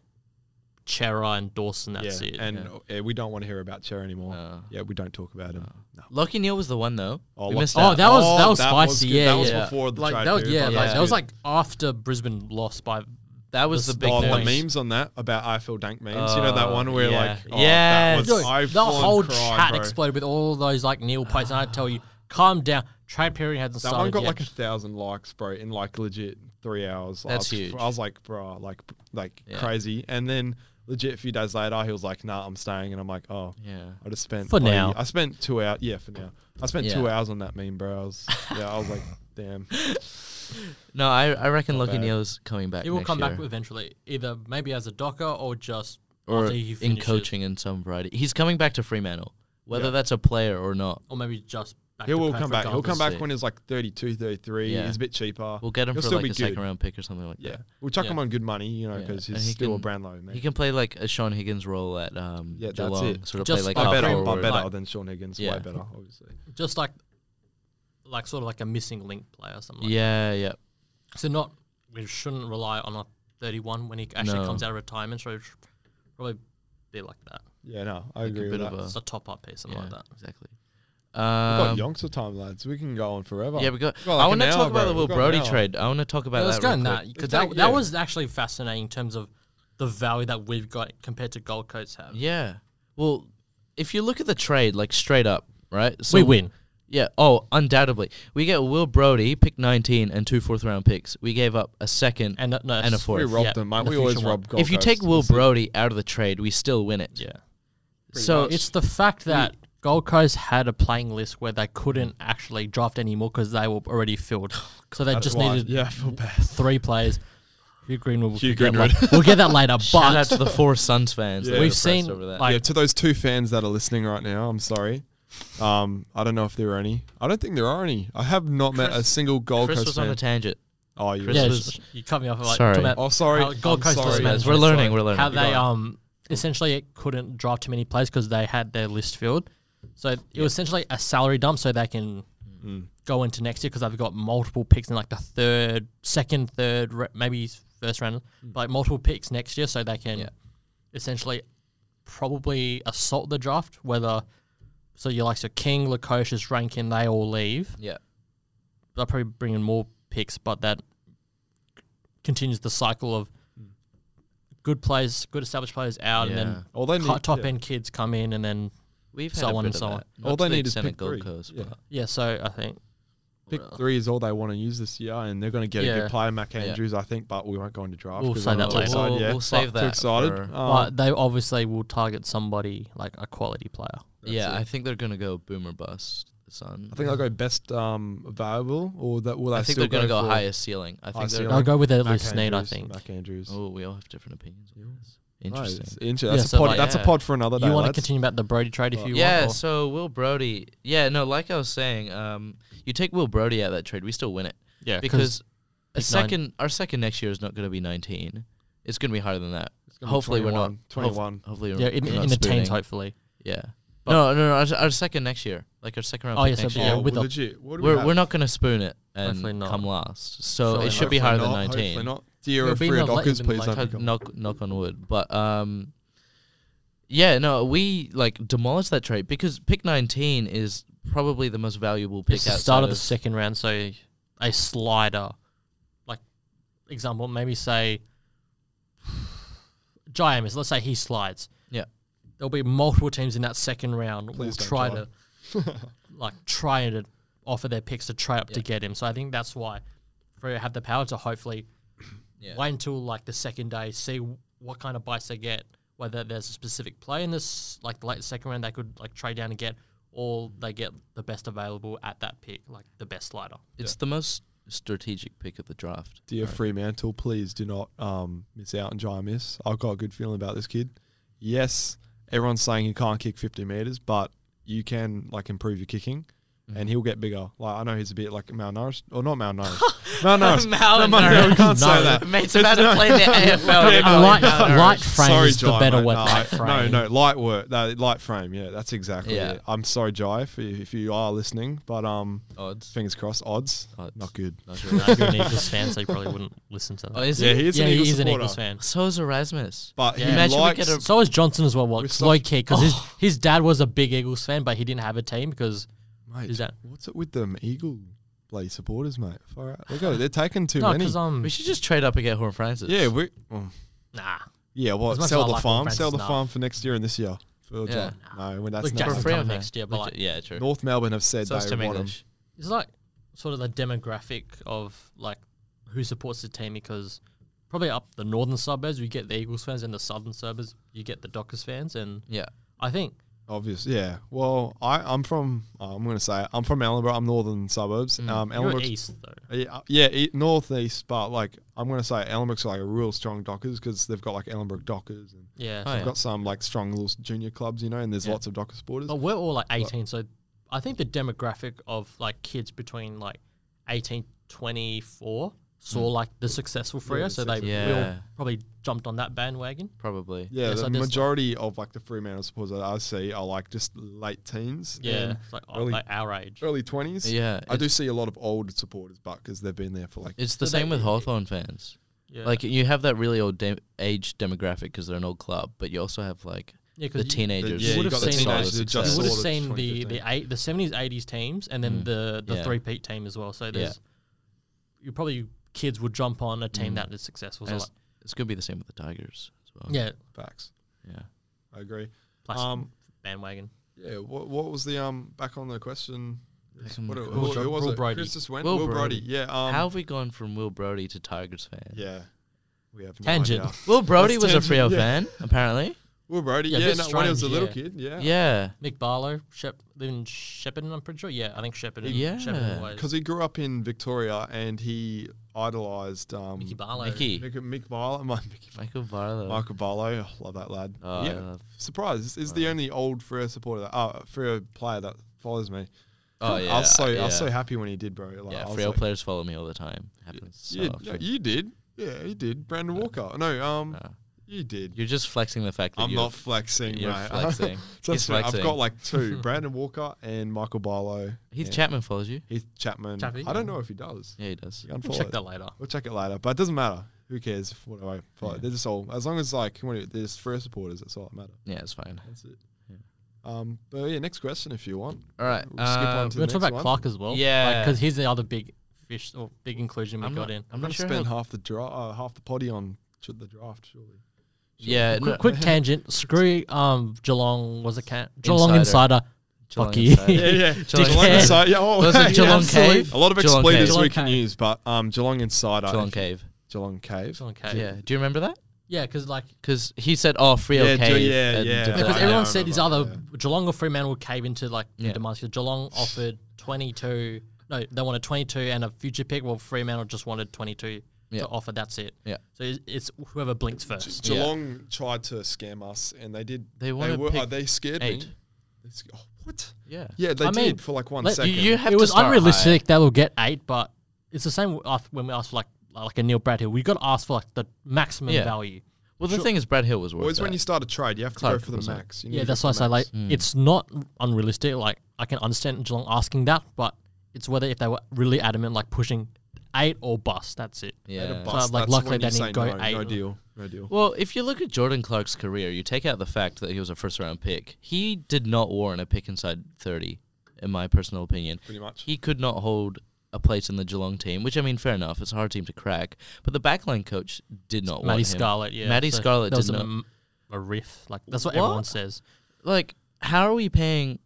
Chera and Dawson. That's yeah. it. And uh, we don't want to hear about Cher anymore. No. Yeah, we don't talk about him. No. Lucky Neal was the one though. Oh, we Lucky- missed oh, that was that Oh, was that was spicy. good. yeah, That was yeah. before the like trade that was period. yeah, That like was that was good. like after Brisbane lost by. that was the the big oh, thing the is- name. memes on that about I feel dank memes. you know that Oh, one where yeah. like, oh, Yes. that was, Dude, I the whole fucking cried, chat bro. exploded with all those like Neil posts, and I tell you, calm down. Trade period hasn't That started one got yet. like a thousand likes, bro, in like legit three hours. I That's was, huge. I was like, bro, like like Yeah. crazy. And then legit a few days later, he was like, nah, I'm staying. And I'm like, oh, Yeah. I just spent For bloody- now. I spent two hours. Yeah, for now. I spent Yeah. two hours on that meme, bro. I was, yeah, I was like, damn. No, I, I reckon Lucky bad. Neal's coming back. He will next come year. back eventually, either maybe as a docker or just or after he in finishes, coaching in some variety. He's coming back to Fremantle, whether that's a player or not. or maybe just back He to will Perth come back. He'll come regardless. back Sick. when he's like 32, 33. Yeah. He's a bit cheaper. We'll get him He'll for still like a be good. second round pick or something like Yeah, that. we'll chuck Yeah. him on good money, you know, Yeah, because and he's he still a can- brand low. Man. He can play like a Sean Higgins role at um, Yeah, that's Geelong, it. sort of Just play like by half But better, Freo- but forward. better like- than Sean Higgins. Yeah. Way better, obviously. Just like, like sort of like a missing link player, something. Like Yeah, yeah. that. So not we shouldn't rely on a 31 when he actually No. comes out of retirement. So it should probably be like that. Yeah, no, I a agree bit with that. of It's a top up piece, something yeah, like that. Exactly. We've got Um, yonks of time, lads. We can go on forever. yeah, we got. We've got I like want to an talk hour, about bro. the Will We've got an Brody hour. trade. I want to talk about Yeah, that. let's go real on quick. that because that- that, that yeah. was actually fascinating in terms of the value that we've got compared to Gold Coast have. Yeah. Well, if you look at the trade, like straight up, right? So We win. Yeah. Oh, undoubtedly. We get Will Brody, pick 19, and two fourth round picks. We gave up a second And that- no, and a that's- We fourth. robbed yeah, them, mate. the We always future one. rob Gold If you Coast take in Will the season. Brody out of the trade, we still win it. Yeah. So It's the fact that Gold Coast had a playing list where they couldn't actually draft anymore because they were already filled. So they just Why? needed Yeah, I feel bad. three players. Hugh Greenwood. we'll Hugh get Greenwood. la- we'll get that later. shout out but to the four Suns fans. that Yeah. were we've depressed seen over that. like yeah, to those two fans that are listening right now, I'm sorry. Um, I don't know if there are any. I don't think there are any. I have not met a single Gold Chris Coast was fan. on a tangent. oh, you. yeah, right. was- sh- you cut me off. Like, Sorry. talking about Oh, sorry. how Gold I'm Coast sorry. does management, We're learning, so we're learning. How You're they right. um essentially it couldn't draft too many players because they had their list filled. So it was essentially a salary dump so they can Mm-hmm. go into next year because they've got multiple picks in like the third, second, third, re- maybe first round, Mm. but like multiple picks next year so they can Yeah. essentially probably assault the draft. Whether so you're like so King, Lukosius, Rankin, they all leave Yeah. they'll probably bring in more picks, but that continues the cycle of good players, good established players out, and then All they cut need, top yeah. end kids come in, and then We've had So a on bit and of so that. on. All they need is Senate pick Gold three. Coast. Yeah. but- yeah. So I think pick three is all they want to use this year, and they're going to get a Yeah. good player, Mac Andrews, I think. But we won't go into draft. We'll 'cause say I'm that too later. excited, We'll- yeah. we'll save Too that excited. for- Um, but they obviously will target somebody like a quality player. yeah, I think they're gonna go boomer bust. The Sun. I think they'll go best um, available, or that will they I think they're still gonna go, for highest ceiling. I think highest they're. ceiling? I'll Like go with their Mac least need. I Andrews, think Mac Andrews. Oh, we all have different opinions. on this. No, it's Interesting. inter- Yeah, that's, so a pod, like- that's yeah. a pod for another day. you want to lads. continue about the Brody trade if you yeah, want. or- so Will Brody. Yeah, no, like I was saying, um, you take Will Brody out of that trade, we still win it yeah, because a pick nine. second, our second next year is not going to be 19. It's going to be higher than that. gonna be Hopefully, we're not 21, hof- 21. Hopefully, we're yeah, in, we're in not the teens spooning. hopefully. Yeah. No, no, no. Our, our second next year, like our second round. Oh, pick yeah, so next be- year. yeah, Oh, with the- legit. What do we We're have? we're not going to spoon it and Hopefully not. come last. So Surely it should not. be higher Hopefully than not, 19. Hopefully not. Dear It'll of be free not late, dockers, it'll be please late. don't Cut- become. knock knock on wood. But um yeah, no, we like demolished that trade because pick 19 is probably the most valuable pick It's the outside start of the second round, so a slider, like example, maybe say Jai Amos, Let's say he slides. Yeah. There'll be multiple teams in that second round will Please don't try Jai. to like try to offer their picks to try up to get him. So I think that's why Freo have the power to hopefully Yeah. wait until like the second day, see what kind of bites they get. Whether there's a specific play in this, like the late second round, they could like trade down and get, or they get the best available at that pick, like the best slider. It's the most strategic pick of the draft. Dear Fremantle, please do not um, miss out and try and miss. I've got a good feeling about this kid. Yes, everyone's saying he can't kick 50 meters, but you can like improve your kicking, and he'll get bigger. Like I know he's a bit like malnourished, or not malnourished, malnourished. Malnourished. You can't say that. Mate's about to play the AFL. Yeah, They're light, calling it light malnourished. frame is the Jai, better mate. word. No, light frame. No, no, light work, no, light frame. Yeah, that's exactly Yeah. it. I'm sorry, Jai, if you, if you are listening, but um, Odds. fingers crossed, odds, Odds. not good. Not sure. If you're an Eagles fan, so you probably wouldn't listen to Oh, that. is Yeah, it? he is yeah, an Eagles he is an supporter. Eagles fan. So is Erasmus. But Yeah. he Imagine we likes get a- So is Johnson as well. We're What so- low key because his his dad was a big Eagles fan, but he didn't have a team because Mate, Is that- what's it with them Eagle bloody supporters, mate? Far out. Look at it, they're taking too no, many. because um, We should just trade up and get Horn Francis. yeah, we. oh, nah, yeah, well, As much as I sell the like farm, Francis, sell the nah. farm for next year and this year. For Yeah. John. No, when that's Look, not Jackson happening. Freo coming next year, but Legit- like- yeah, true. North Melbourne have said Sounds they Tim want him. English. it's like sort of the demographic of like who supports the team because probably up the northern suburbs you get the Eagles fans and the southern suburbs you get the Dockers fans and Yeah. I think Obvious, yeah. Well, I, I'm from. uh, I'm gonna say it. I'm from Ellenborough. I'm northern suburbs. Um, you're Ellenborough, east though. yeah, uh, yeah, e- northeast. But like, I'm gonna say Ellenbrook's like a real strong Dockers because they've got like Ellenbrook Dockers and Yeah. Oh, so- yeah. they've got some like strong little junior clubs, you know. And there's Yeah. lots of Docker supporters. But we're all like 18, so I think the demographic of like kids between like 18, 24 saw like the successful Freo, so they successful. we all Hmm. Yeah. probably jumped on that bandwagon. Probably. Yeah, Yeah, the so there's like- majority of like the Fremantle supporters that I see are like just late teens, Yeah, and it's like, oh, early like our age. early twenties. Yeah, I do it's- see a lot of old supporters, but because they've been there for like It's the So they- same with Hawthorn fans. Yeah. Like you have that really old dem age demographic because they're an old club, but you also have like Yeah, 'cause the you- teenagers. yeah, you who got the are solid teenagers who just success. you saw would have the seen the the 2015. eight, the seventies, eighties teams, and then the the Hmm. Yeah. three peat team as well. So there's you probably kids would jump on a Hmm. team that is successful. So And like, It's, it's gonna be the same with the Tigers as well. yeah, facts. yeah. I agree. plus Um, bandwagon. Yeah. What What was the um back on the question? Some What, it- cool- who, who was Will it? Brody. Chris just went. Will Will, Brody. Brody. Yeah. Um, How have we gone from Will Brody to Tigers fan? Yeah. We have no Tangent. idea. Will Brody was a tangent, Frio yeah. fan, apparently. Will Brody. Yeah, Yeah. a bit no, when he was a strange, little yeah. kid. Yeah. Yeah. Mick Barlow, Shep, in Shepparton, I'm pretty sure. Yeah, I think Shepparton. Yeah. Shepparton was. Because he grew up in Victoria and he idolized um, Mickey Barlow. Mickey. Mick, Mick Barlow. My, Mickey, Michael Barlow. Michael Barlow. oh, love that lad. Oh, I yeah. love- Surprise. This is the only old Freo supporter that, uh, Freo player that follows me. oh, yeah. I was so I was so yeah. happy when he did, bro. Like, Yeah, I was Frio like, players follow me all the time. Happens so yeah, often. no, you did. Yeah, he did. Brandon Walker. No, um, No. you did. You're just flexing the fact that I'm you're not flexing, you're mate. flexing. So He's that's right. flexing. I've got like two: Brandon Walker and Michael Barlow. Heath and Chapman follows you. Heath Chapman. Chappie, I don't yeah. know if he does. Yeah, he does. You We'll unfollow check it. that later. We'll check it later, but it doesn't matter. Who cares? if What I follow? They're just all as long as like when it- they're just Freo supporters. That's all that matters. Yeah, it's fine. That's it. Um, but yeah, next question if you want. All right. We'll skip on um, to We're going to talk next about one. Clark as well. Yeah. Because he's the other big fish or big inclusion we I'm got not, in. I'm I'm not gonna sure. spend how, half the dra- uh, half the potty on to the draft. Surely. yeah, Quick, no, quick tangent. Screw um Geelong was a can Geelong Insider. insider. Geelong Fuck you. Insider. Yeah, yeah. Geelong Dickhead. Insider. So, yeah, oh, Was it yeah, Geelong absolutely. Cave? A lot of Geelong expletives Cave. we can Geelong Cave. use, but um, Geelong Insider. Geelong if- Cave. Geelong Cave. Geelong Cave. Yeah. Do you remember that? Yeah, because like Because he said, "Oh, Frio Yeah, Ge- Cave." yeah, and yeah. did Yeah, because that. I everyone know, said these I remember other Geelong or Fremantle cave into like Yeah. the demise. 'cause Geelong offered twenty two. No, they wanted twenty two and a future pick. Well, Fremantle just wanted twenty two Yeah. to offer. That's it. Yeah. So it's, it's whoever blinks first. Yeah. Geelong tried to scam us, and they did. They wanna were, pick uh, they scared eight. me. They sc- oh, what? Yeah. Yeah, they I did mean, for like one let- second. You, you have it to was start unrealistic. They will get eight, but it's the same af- when we asked for like like a Neil Bradhill. We got asked for like the maximum Yeah. value. high. Well, the thing is, Brad Hill was worth Always that. when you start a trade, you have to Clark go for the was it? max. You Yeah, need that's to why I go for say the like max. it's not unrealistic. Like I can understand Geelong asking that, but it's whether if they were really adamant, like pushing eight or bust. That's it. At a yeah. bu- bust, like, that's luckily when they you didn't say go no, No eight. deal. No deal. Well, if you look at Jordan Clark's career, you take out the fact that he was a first round pick. He did not warrant a pick inside 30, in my personal opinion. Pretty much. He could not hold a place in the Geelong team, which, I mean, fair enough. It's a hard team to crack. But the backline coach did not want Maddie him. Scarlett, yeah. Maddie So Scarlett there was did a, not. m- a riff. Like that's what, What? everyone says. like, how are we paying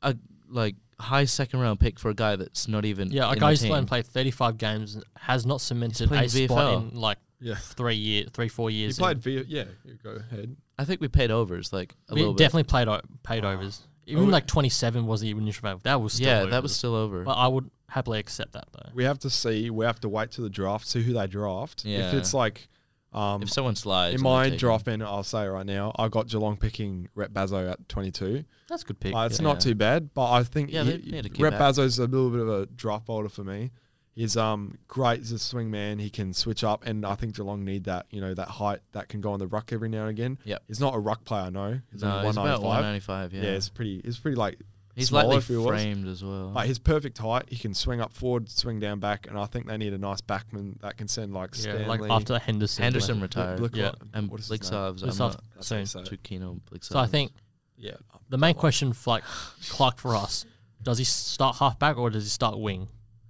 a, like, high second round pick for a guy that's not even Yeah, in a the guy who's team? played played 35 games and has not cemented playing a spot VFL. in like Yeah. three years, three four He years. in. played via. Yeah, you go ahead. I think we paid overs, like, a we little bit. definitely played o- paid overs. Oh, Even we- like 27 was the initial value. That was still Yeah, that overs. was still over. But I would happily accept that though. We have to see. We have to wait to the draft. See who they draft. If Yeah. it's like, um, if someone slides. in and they my take him- draft, man, I'll say right now, I got Geelong picking Rep Bazo at 22. That's a good pick. Uh, it's yeah. not too bad, but I think Yeah, he- they need to keep Rep that. Bazo's a little bit of a draft boulder for me. He's um great as a swing man. He can switch up, and I think Geelong need that. You know that height that can go on the ruck every now and again. Yep. he's not a ruck player. No, he's No, only he's about 195. 195, Yeah, it's pretty. It's pretty like He's smaller lightly if he was. framed as well. But his perfect height, he can swing up forward, swing down back, and I think they need a nice backman that can send like yeah, Stanley. like after Henderson. Henderson left. retired. Blick- Yeah. and what is his name? Bliksav's. I'm Bliksav's not That's what he said. too keen on Bliksav's. So I think Yeah, the main question for like Clark for us, does he start halfback or does he start wing?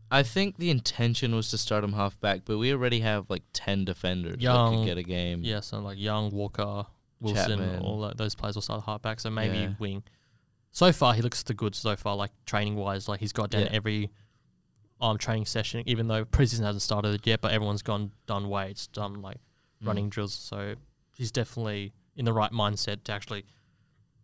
I think the intention was to start him half back, but we already have like ten defenders that Young. could get a game. Yeah, so like Young, Walker, Wilson, Chapman. all tho- those players will start halfback. So maybe Yeah. wing. So far, he looks the good. So far, like training wise, like he's got down Yeah. every um training session. Even though preseason hasn't started yet, but everyone's gone done weights, done like Mm. running drills. So he's definitely in the right mindset to actually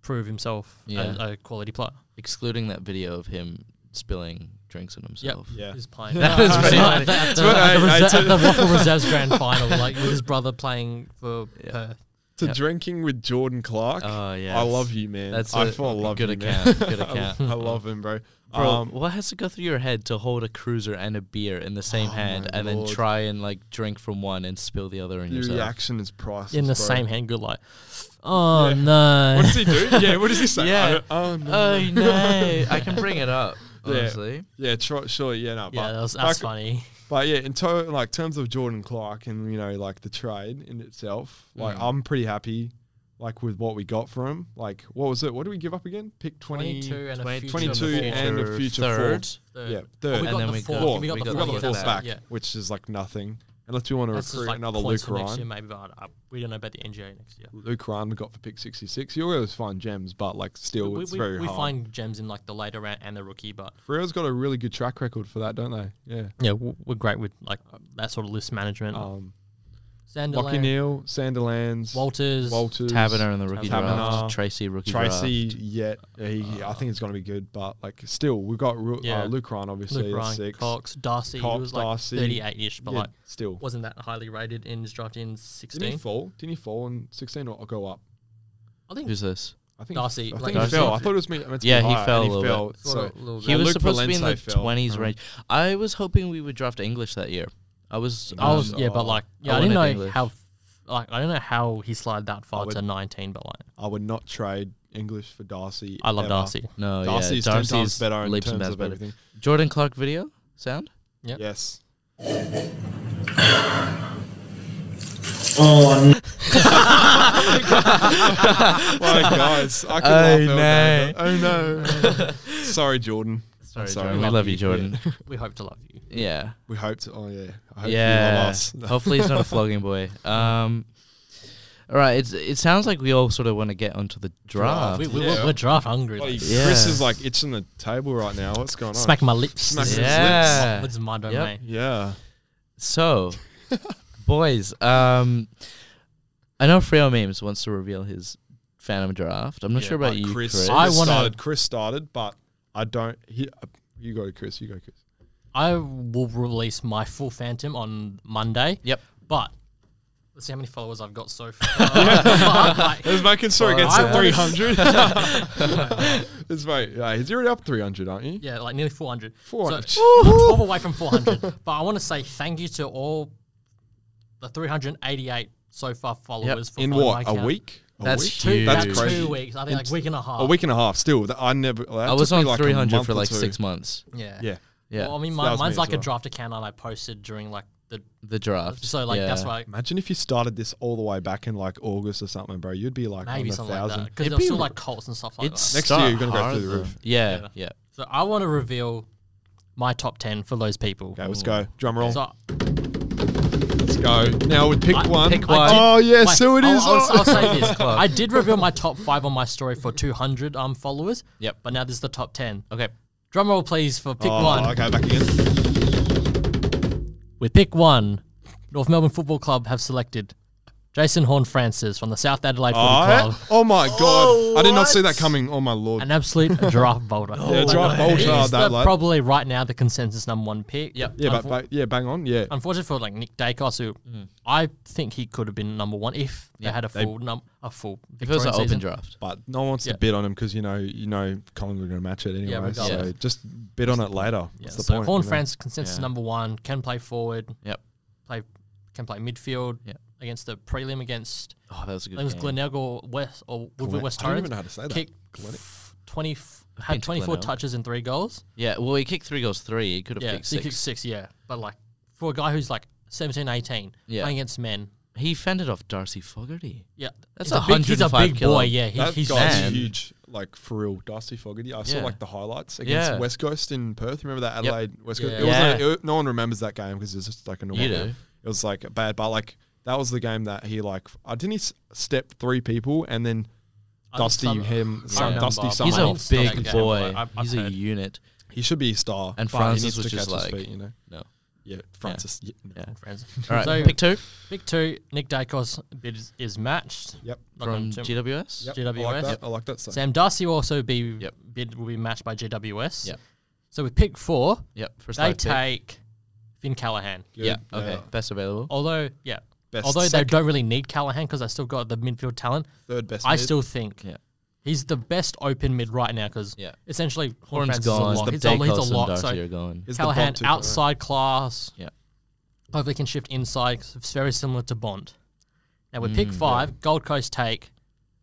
prove himself as Yeah. a quality player. Excluding that video of him spilling drinks on himself. yeah. He's playing. That was pretty Yeah, funny. at the- at the- what at the I- I Rese- at took- the Waffle Reserves Grand Final, like with his brother playing for Yeah. Perth. To Yep. drinking with Jordan Clark. Oh yeah. I love you, man. That's I a full love good you, man. account. Good account. I love him, bro. Bro, um, what has to go through your head to hold a cruiser and a beer in the same Oh hand, my and lord. then try and like drink from one and spill the other in the yourself? reaction is priceless. in bro. the same hand, good like, oh Yeah. no. What does he do? Yeah, what does he say? Yeah. I don't- oh no. Oh no! I can bring it up. Yeah. Honestly. yeah, tro- sure, yeah, no, but yeah, that was, that's like, funny. But yeah, in to- like terms of Jordan Clark and you know like the trade in itself, like I'm pretty happy, like with what we got for him. Like, what was it? What did we give up again? Pick 20, and Twenty- future 22 fourth. and a future third. Third. yeah, Oh, third, we And got then the we fourth. got- we got we the we got the fourth fourth back. back, Yeah. which is like nothing. And Unless we want to That's just recruit like another points Luke for next year, Ryan. maybe. But I- I- we don't know about the NGA next year. Luke Ryan we got for pick 66. You always find gems, but like still, we, it's we, very we hard. find gems in like the later round and the rookie, but Frio's got a really good track record for that, don't they? Yeah. yeah, w- we're great with like that sort of list management. Um, Lockie Sanderland, Neal, Sanderlands, Walters, Walters, Taverner in the rookie Taverner. draft. Tracy rookie Tracy, draft. yet yeah, he, I think it's going to be good, but like still, we've got Ru- Yeah. uh, Luke Ryan, obviously, Luke at Ryan, six. Cox, Darcy. Cox, he was like Darcy. 38-ish, but Yeah, like still. wasn't that highly rated in his draft in 16. Didn't he fall? Didn't he fall in 16 or or go up? I think Who's this? I think Darcy, I like think he Darcy. fell. I thought it was me. meant to be Yeah, he higher, fell and a He little fell. bit. So a little He Yeah, bit. was Luke supposed to be in Valense the fell. twenties Mm. range. I was hoping we would draft English that year. I was. I was, um, yeah, but like, yeah, I, wanted didn't know English. how, like, I don't know how he slid that far to would- 19, but like, I would not trade English for Darcy. I love ever. Darcy. No, Darcy's yeah, ten Darcy's times better in leaps and terms bounds of better. everything. Jordan Clark video sound. Yep. Yes. Oh. My guys, I could Hey, laugh all day, but- Oh no. Sorry, Jordan. Sorry, sorry, Jordan. We love love you. you, Jordan. We hope to love you. yeah. We hoped. Oh yeah. I hope You love yeah. us. Hopefully he's not a flogging boy. Um, all right. It's, it sounds like we all sort of want to get onto the draft. We, we, Yeah. We're draft hungry. Bloody Like, Yeah. Chris is like itching the table right now. What's going on? smack my lips. Smack his Yeah. What's my domain? Yeah. So, boys, um, I know Freo Memes wants to reveal his Phantom draft. I'm not Yeah, sure about Uh, you, Chris. Chris, I wanna- started. Chris started, but I don't. He, uh, you go, Chris. You go, Chris. I will release my full Phantom on Monday. Yep. But let's see how many followers I've got so far. Like, It's making sure gets to 300. it's mate. Uh, he's already up 300, aren't you? yeah, like nearly 400. Four. So, 12 away from 400. but I want to say thank you to all the 388 so far followers for in following what? my A account. week? A That's week? huge. That's About crazy. two weeks. I think like week and a half. A week and a half. Still, that, I never. that I was took me on like a 300 month for or like two. six months. Yeah. Yeah. Yeah, Well, I mean, that mine, was me mine's as like well. a draft account that I posted during like the. the draft. So like that's Yeah. why. Imagine if you started this all the way back in like August or something, bro. You'd be like Maybe on a something thousand. like that. Because It'd there was be still re- like Colts and stuff like It's that. Next year so you're gonna go hard, through the though. roof. Yeah, yeah. So I want to reveal my top 10 for those people. Okay, let's go. Drum roll. So Let's go. Now we pick I- one. pick one. Oh yes, Wait, so it I'll- is. I'll, I'll, Oh. say this. I did reveal my top five on my story for 200 um followers. Yep. But now this is the top 10. Okay. Drum roll, please, for pick Oh, one. Okay, back again. With pick one, North Melbourne Football Club have selected Jason Horn Francis from the South Adelaide Football Oh, Club, yeah? Oh my god! I did not see that coming. Oh my lord! an absolute giraffe boulder. yeah, drive bolt hard He's the- that lad. probably right now the consensus number one pick. Yep. yeah, but, but yeah, bang on. Yeah, Unfortunately for like Nick Dacos, who Mm. I think he could have been number one if they had a full num- a full If it was Victorian an open season. draft. but no one wants Yeah. to bid on him because you know you know Collingwood are going to match it anyway. so regardless. just bid on it later. That's the so point. Horn you know? France consensus Yeah. number one can play forward, Yep. play can play midfield Yep. against the prelim against Oh, that was a I good. think it was game. Glenelg West or Glen- Woodward West I don't even Torrens. know how to say that. Kicked Glen- f- twenty f- been had to twenty four Glenelg. touches and three goals. Yeah. Well, he kicked three goals. Three. He could have Yeah, kicked so he six. kicked six. Yeah, but like for a guy who's like 17, 18, Yeah. playing against men. He fended off Darcy Fogarty. Yeah, That's he's a big, he's a 105 big kilo. boy. Yeah, he, That he's guy's man. huge, like for real. Darcy Fogarty. I saw Yeah. like the highlights against Yeah. West Coast in Perth. Remember that Adelaide West Coast? Yeah. It wasn't. Yeah. it- no one remembers that game because it's just like a normal. You game. do. It was like bad, but like that was the game that he like. I didn't he s- step three people and then I think Dusty some- him, I some remember. Dusty He's He's a someone I think else. so, big like, yeah, boy. I- I've He's a heard. unit. He should be a star. And but he Francis needs was to just catch his like- feet, you know. No. Yeah, Francis. Yeah. no. friends. All right. So- pick two Pick two, Nick Dacos bid is, is matched. Yep. Not from gonna- GWS. Yep. I like GWS. that. I like that. So. Sam Darcy will also be Yep. bid will be matched by GWS. Yep. So with pick four, Yep. First they live pick. take Finn Callahan. Good. Yeah. Okay. Yeah. Best available. Although, yeah, Best although second. they don't really need Callahan because they still got the midfield talent. Third best. I mid. still think Yeah. he's the best open mid right now because Yeah. essentially Horn's Horn Francis is a gone. lock. The He's a, he's Dacos a and lock. So Darcy are gone. Is the Callahan Bond too, right? outside class. Yeah. Hopefully can shift inside. 'cause it's very similar to Bond. Now with pick five, Gold Coast take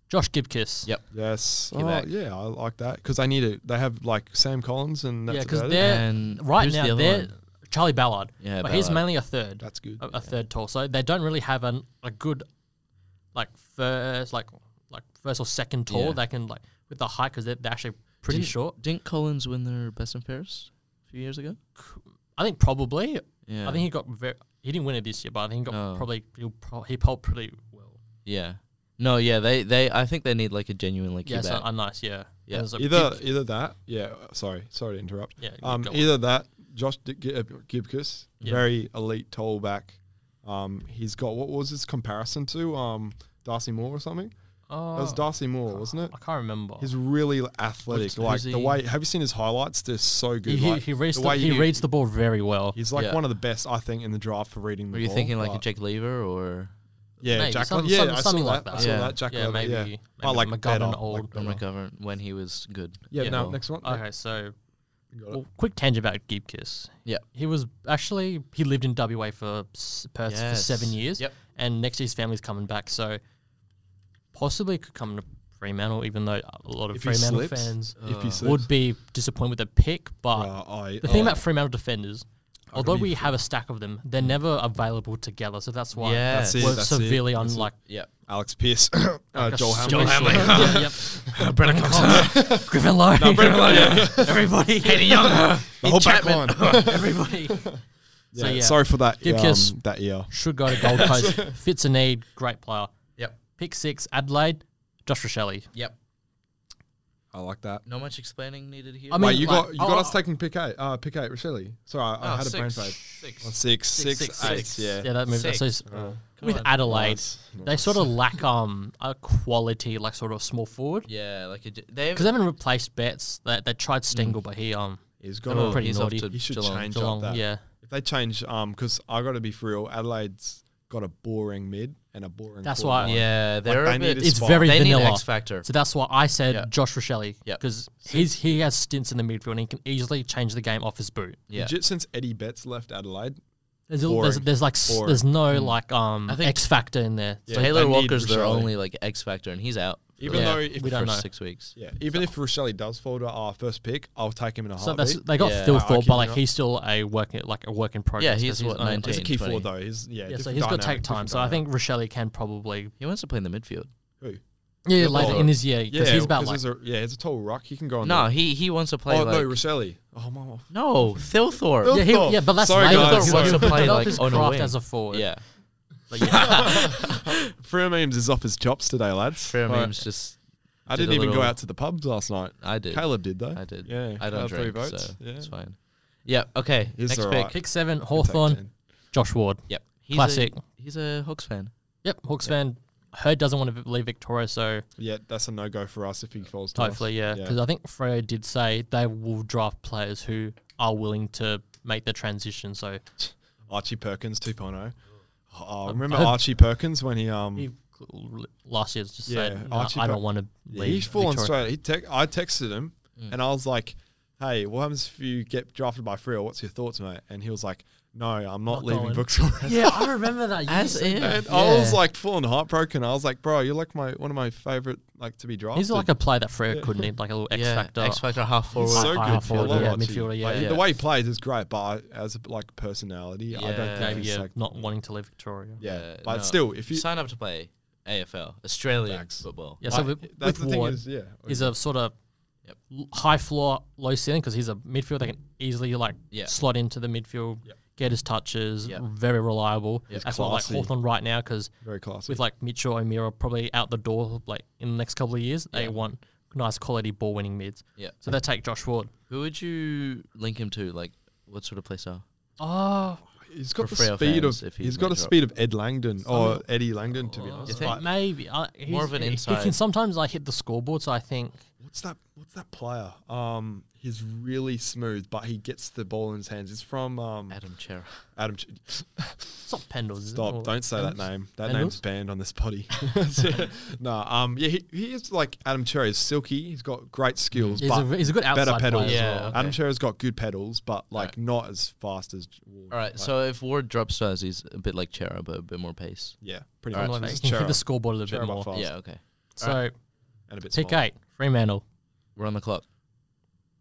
Josh Gibkiss. Mm. Yep. Yes. Get Oh, back. yeah, I like that because they need it. They have like Sam Collins and that's Yeah, because about it. they're And right who's the now other they're one? Charlie Ballard. Yeah, but he's Ballard. mainly a third, That's good. a, a third tall. So they don't really have an, a good like first, like like first or second tall. Yeah. They can like with the height because they're, they're actually pretty Didn't- short. Didn't Collins win their best and fairest a few years ago? I think probably. Yeah. I think he got very. he didn't win it this year, but I think he got Oh. probably he'll pro- he polled pretty well. Yeah. No, yeah, they, they I think they need like a genuine like Yeah, Quebec. so, uh, nice. Yeah, Yeah. It was like Either Gib- either that, yeah. uh, Sorry, sorry to interrupt. Yeah, um, go on. either that, Josh Di- Gi- uh, Gibkus, Yeah. very elite tall back. Um, he's got what was his comparison to um Darcy Moore or something? oh, That was Darcy Moore, wasn't it? I can't remember. He's really athletic. Who's- like who's the he? way. Have you seen his highlights? They're so he good. he, like, he, reads the the, way he reads the ball very well. He's like Yeah. one of the best, I think, in the draft for reading the Were you ball, thinking like a but- Jack Lever or Yeah, Maybe, Jack. some- yeah, some- I saw something like that. I that. saw Yeah. that Jack. yeah, Lever, maybe, yeah. maybe I like McGovern better, old. like better. better. McGovern when he was good? Yeah, Yeah. no, next one. Yeah, Okay, so you got it. well, quick tangent about Gibkiss. Yeah. He was actually he lived in WA for s- Perth for Yes. seven years. Yep. And next year his family's coming back, so possibly could come to Fremantle, even though a lot of If he Fremantle slips, fans uh, if he slips, would be disappointed with the pick. But uh, I, the thing I- about Fremantle defenders, although be we have a stack of them, Mm. they're never available together. So that's why Yeah. That's it. we're that's it, severely that's it. unlike. Yeah. Alex Pierce, uh, Joel Hamlin. Uh, Hamlin. yeah, yep. Brennan Cox. Griffin Lowe. Everybody. Hayden Young. The whole back Chapman. line. Everybody. So Yeah, yeah, Sorry for that. Give um, kiss. That year. should go to Gold Coast. Fits a need. Great player. Yep. Pick six, Adelaide. Josh Rochelle. Yep. I like that. No much explaining needed here. I mean- Wait, you like- got you got oh, us oh. taking pick eight. Uh, pick eight, Rochelle. Sorry, I, I Oh, had a brain six. fade. Six. Oh, six, six, six, eight, six. Yeah. Yeah, that moves. Six. So it's- Uh, with on. Adelaide, Nice, they nice. sort of lack um a quality like sort of small forward because yeah, like a, they they haven't replaced Betts. They, they tried Stengel, but he um He's they got were a- Oh, pretty he's off naughty. to He should Geelong. change Geelong, up that. yeah. If they change, um, because I got to be for real, Adelaide's got a boring mid and a boring. That's forward why- line. Yeah, they're they a need bit. a It's spot. very they need vanilla. X Factor. So that's why I said Yeah. Josh Rochelle Yep. because he's he has stints in the midfield and he can easily change the game off his boot. Yeah. Legit, since Eddie Betts left Adelaide, There's, a- there's, Boring. there's like s Boring. there's no like um I think- X factor in there. Yeah. So Taylor they need Walker's their Rochelle. only like X Factor, and he's out. for, even Yeah. like, though if We don't for know. six weeks. yeah, even if Rochelle does fall to our first pick, I'll take him in a So heartbeat. that's they got Yeah. Phil I- I Thorpe, keep but like it up. he's still a work like a work in progress. 'cause he's, what, only- 19? he's a 20. key forward though. He's yeah. Yeah, so different he's got to dynamic, take time. different So I think Rochelle can probably He wants to play in the midfield. dynamic. yeah Phil later Thorpe. in his year Who? Yeah, because he's about 'cause like he's a, yeah, he's a tall rock. He can go on. No, the, he he wants to play oh like no, Rochelle. Oh my. no Thilthorpe. yeah, Phil he, Thorpe. yeah, but that's Sorry, later. guys. He'll Sorry. develop Play, like, his on a craft wing. as a forward. yeah. But yeah. Freer memes is off his chops today, lads. Fair Like, memes just I did didn't a even go little- out to the pubs last night. I did. Caleb did though. I did. Yeah. I don't Caleb, three drink, votes. so yeah. it's fine. Yeah. Okay. He's next alright. pick. Pick seven, Take Hawthorn, ten. Josh Ward. Yep. He's Classic. A, he's a Hawks fan. Yep, Hawks fan. Heard doesn't want to leave Victoria, so Yeah, that's a no go for us if he falls. To us. hopefully, yeah. Yeah. Because I think Freo did say they will draft players who are willing to make the transition. So Archie Perkins 2.0. Oh, remember I- Archie Perkins when he um he, last year's just Yeah, said, "Nah, Archie I Pro- don't want to Yeah, leave. he's falling Victoria." straight. He tec- I texted him and I was like, "Hey, what happens if you get drafted by Freo? What's your thouts, mate?" And he was like, "No, I'm not, Not leaving going." Victoria." Yeah, I remember that. You As just said if. And that. I was Yeah. like full and heartbroken. I was like, "Bro, you're like my one of my favorite like to be drafted." He's like a player that Freo could need, like a little X yeah. factor. X Factor half forward. so high good. forward, I love yeah, Archie. midfielder, Like, yeah. The way he plays is great, but I, as like personality, I don't Yeah. think Maybe he's yeah, like not wanting to leave Victoria. yeah. Uh, but no. still, if you sign up to play AFL Australian Facts. football. Yeah, so I- with, that's with the Ward, thing is yeah, he's a sort of Yep. l- high floor, low ceiling because he's a midfielder that can easily like Yeah. slot into the midfield, get his touches, Yep. very reliable. That's why I like classy. Hawthorn right now because very classy. with like Mitchell O'Meara probably out the door like in the next couple of years, they want nice quality ball winning mids. Yeah. So they take Josh Ward. Who would you link him to? Like, what sort of play style? Oh, he's got for the Freo speed fans, of if he he's got a makes it up. speed of Ed Langdon or Eddie Langdon oh. to be honest. You think? but maybe uh, he's- of an he- He can inside. sometimes like hit the scoreboard, so I think What's that? What's that player? Um, he's really smooth, but he gets the ball in his hands. It's from um, Adam Chera. Adam. Ch- it's not Pendles. is it? Or- Stop! Don't say that name. That Pendles? name's banned on this potty. no, um, yeah, he, he is like Adam Cherry. Silky. He's got great skills, He's but a, he's a good outside better pedals. player. as Yeah, well. okay. Adam Cherry's got good pedals, but like not as fast as. Ward. All right. So if Ward drops to us, he's a bit like Chera, but a bit more pace. yeah, pretty All much. right. Like This they is can hit Chera. the scoreboard a little Chera bit by more. far. Fast. Yeah. Okay. So and a bit pick smaller. eight, Fremantle. We're on the clock.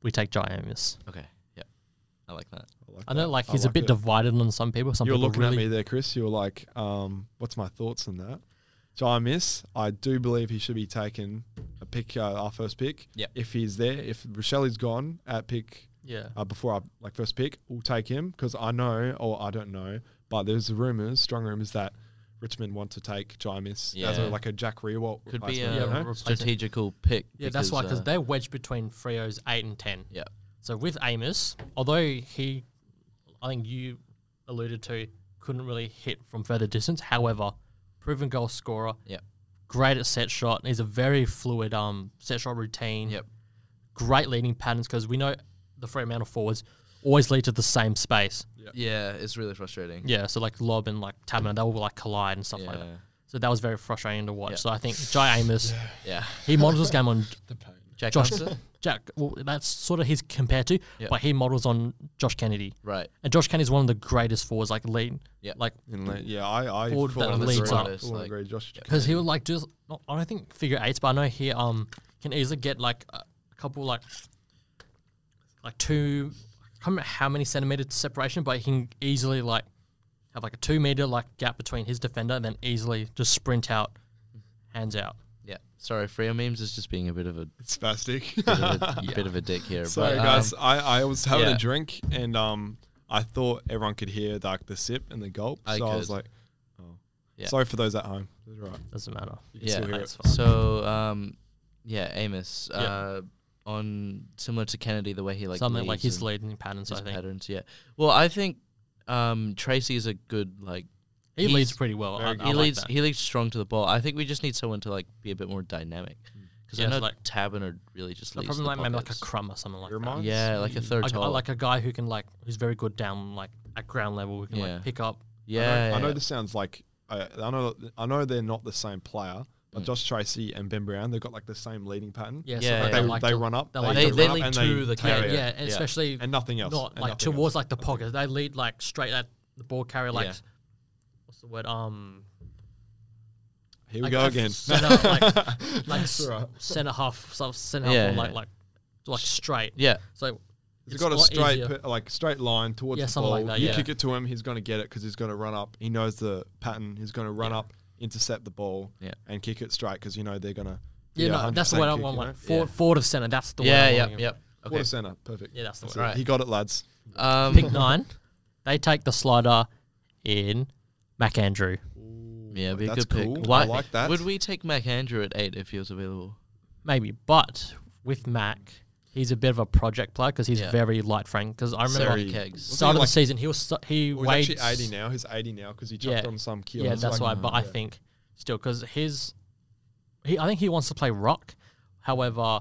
We take Giamis. Okay. Yeah. I like that. like I know, that. like I he's a bit it. divided on some people. Some you were people looking really. at me there, Chris. You were like, um, "What's my thoughts on that?" So I miss. I do believe he should be taken a pick, uh, our first pick. Yep. If he's there, if Rochelle is gone at pick Yeah. uh, before our like first pick, we'll take him because I know, or I don't know, But there's rumors, strong rumors, that Richmond want to take Jaimis as a, Yeah. like a Jack Rewalt. Could be a Yeah, you know? replace it. strategical pick. Yeah, that's why because uh, they're wedged between Frio's eight and ten. Yeah. So with Amos, although he, I think you alluded to, couldn't really hit from further distance. However, proven goal scorer, Yep. great at set shot. He's a very fluid um set shot routine. Yep. Great leading patterns because we know the Fremantle forwards always lead to the same space. Yeah, it's really frustrating. Yeah. So like Lob and like Tabman, they will like collide and stuff like Yeah. that. So that was very frustrating to watch. Yep. So I think Jai Amos, Yeah. he models his game on The pain. Jack Josh, Munster? Jack, well, that's sort of his compared to, Yeah. but he models on Josh Kennedy, Right. and Josh Kennedy's one of the greatest forwards, like lead, Yeah. like In le- yeah, I, I Forward full that on leads agree. up, Full on like- agree, Josh. because he would like do. Not, I don't think figure eights, but I know he um can easily get like a a couple like like two. I can't remember how many centimeters separation, but he can easily like have like a two meter like gap between his defender, and then easily just sprint out, hands out. Yeah. Sorry, Freo memes is just being a bit of a Spastic. bit of a, bit of a dick here. Sorry, but, um, guys. I, I was having yeah. a drink and um, I thought everyone could hear like the sip and the gulp. I so I was could. like, oh. Yeah. Sorry for those at home. That's right. Doesn't matter. You can Yeah. still hear that's it. fine. So, um, yeah, Amos. Yeah. Uh, on similar to Kennedy, the way he like Something like leads his and leading patterns, his I think. patterns. Yeah. Well, I think um, Tracy is a good like. He leads He's pretty well. I, I he like leads. that. He leads strong to the ball. I think we just need someone to like be a bit more dynamic. Because Yeah, I so know like- like Tabin are really just Like leads to probably the like maybe like a pockets. crumb or something like Reminds- yeah, like a that. third Like, I tall. like a guy who can like who's very good down like at ground level. Who can Yeah. like pick up. yeah, I know yeah. this sounds like I, I know I know they're not the same player, but Josh Tracy and Ben Brown they've got like the same leading pattern. Yeah, Mm. Yeah, so like they, they, like they to- run up. they like they, to they run lead and to the Yeah, carrier. yeah, and especially and nothing else. not and like nothing towards else. like the pocket. They lead like straight at the ball carrier. Like Yeah. what's the word? Um, Here we like, go at again. Center, like like s- right. center half, sort of center half, Yeah, or like yeah. like like straight. Yeah, So He's it's got a lot straight, easier. p- like straight line towards Yeah, the something ball. like that, you yeah. kick it to him, he's going to get it because he's going to run up. He knows the pattern. He's going to run up, intercept the ball, Yeah. and kick it straight because you know they're going to. Yeah, no, that's the word I want. Like forward, forward of center. That's the yeah, word. yeah, I'm yeah. Quarter Okay. center, perfect. Yeah, that's the That's word. it. He got it, lads. Um, Pick nine. They take the slider in MacAndrew. yeah, be a That's good pick. cool. Why- I like that. Would we take Mac Andrew at eight if he was available? Maybe. But with Mac, he's a bit of a project player because he's Yeah. very light frame. Because I remember Sorry, at the kegs. start of like- the season, he was so- he Well, he's weighed. actually 80 now. He's 80 now because he chucked Yeah. on some kilos. Yeah, that's why. like, But I think still because his, he I think he wants to play rock. However,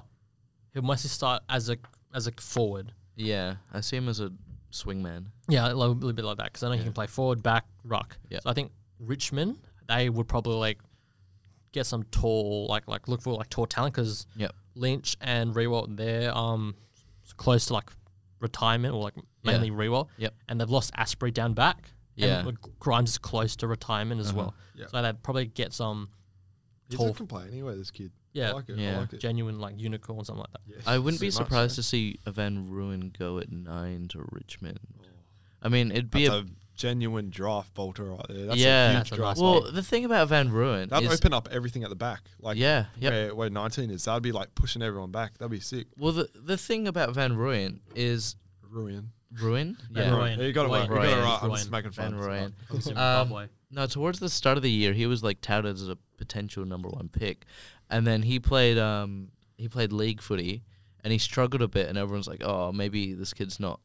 he'll mostly start as a as a forward. Yeah, I see him as a swingman. Yeah, a little, little bit like that because I know he can play forward, back, ruck. Yeah. So I think Richmond they would probably like get some tall, like like look for like tall talent because Yep. Lynch and Rewalt they're um s- close to like retirement or like mainly Rewalt. Yep. And they've lost Asprey down back. Yeah. Uh-huh. And like, Grimes is close to retirement as well. So they'd probably get some he's tall- a complaint anyway, this kid. Yeah. I like it. I Yeah. like it. genuine like unicorn something like that. Yeah. I wouldn't be Pretty much, surprised to see a Van Ruin go at nine to Richmond. I mean, it'd be That's a, a genuine draft bolter right there. That's yeah. a huge That's a draft. nice well, one. the thing about Van Ruin That'd is open up everything at the back. Like yeah, yeah. where, where 19 is. That'd be like pushing everyone back. That'd be sick. Well, the the thing about Van Ruin is Ruin. Ruin. Van Yeah. Ruin. Yeah, you got it Ruin. right. You got it Ruin. right. I'm Ruin. just making fun. Oh, Van It's fine. Ruin. Zimbabwe. No, towards the start of the year, he was like touted as a potential number one pick, and then he played um he played league footy, and he struggled a bit, and everyone's like, oh, maybe this kid's not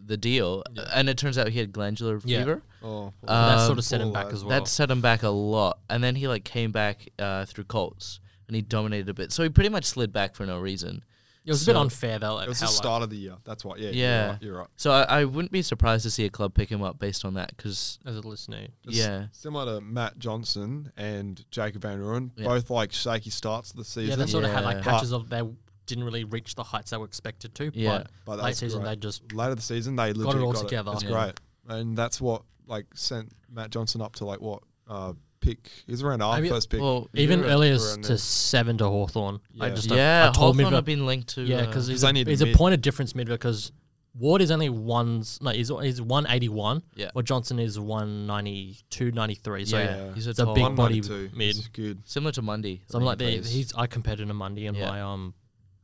the deal, and it turns out he had glandular Yeah. fever. Oh, poor- Uh, that Um, sort of set him Paul, back uh, as well. That set him back a lot, and then he like came back uh, through Colts, and he dominated a bit. So he pretty much slid back for no reason. it was a bit so- unfair though. Like, it was how, the like- start of the year. That's why. Yeah. Yeah. You're right. You're right. So I, I wouldn't be surprised to see a club pick him up based on that, because as a listener. Just yeah, Similar to Matt Johnson and Jacob Van Ruin, Yeah. both like shaky starts of the Yeah, season. they sort of had Yeah. like patches of they didn't really reach the heights they were expected to. Yeah. But but that late was season great. they just Later the season, they legit it all together. That's Yeah. great, and that's what like sent Matt Johnson up to like what uh, pick? He's around our Maybe- first pick. well, even Yeah. earlier Around to there. seven to Hawthorn. I Yeah. just yeah, I told Hawthorn have Midver, been linked to yeah, uh, because he's, they a, need a he's a mid. point of difference midfielder because Ward is only one's no he's he's one eighty one. Yeah. Or Johnson is 192, 93. So Yeah. yeah. He's a it's a tall- big body 192. mid. He's good. similar to Mundy. So I'm like the, the he's I compared him to Mundy in Yeah. my um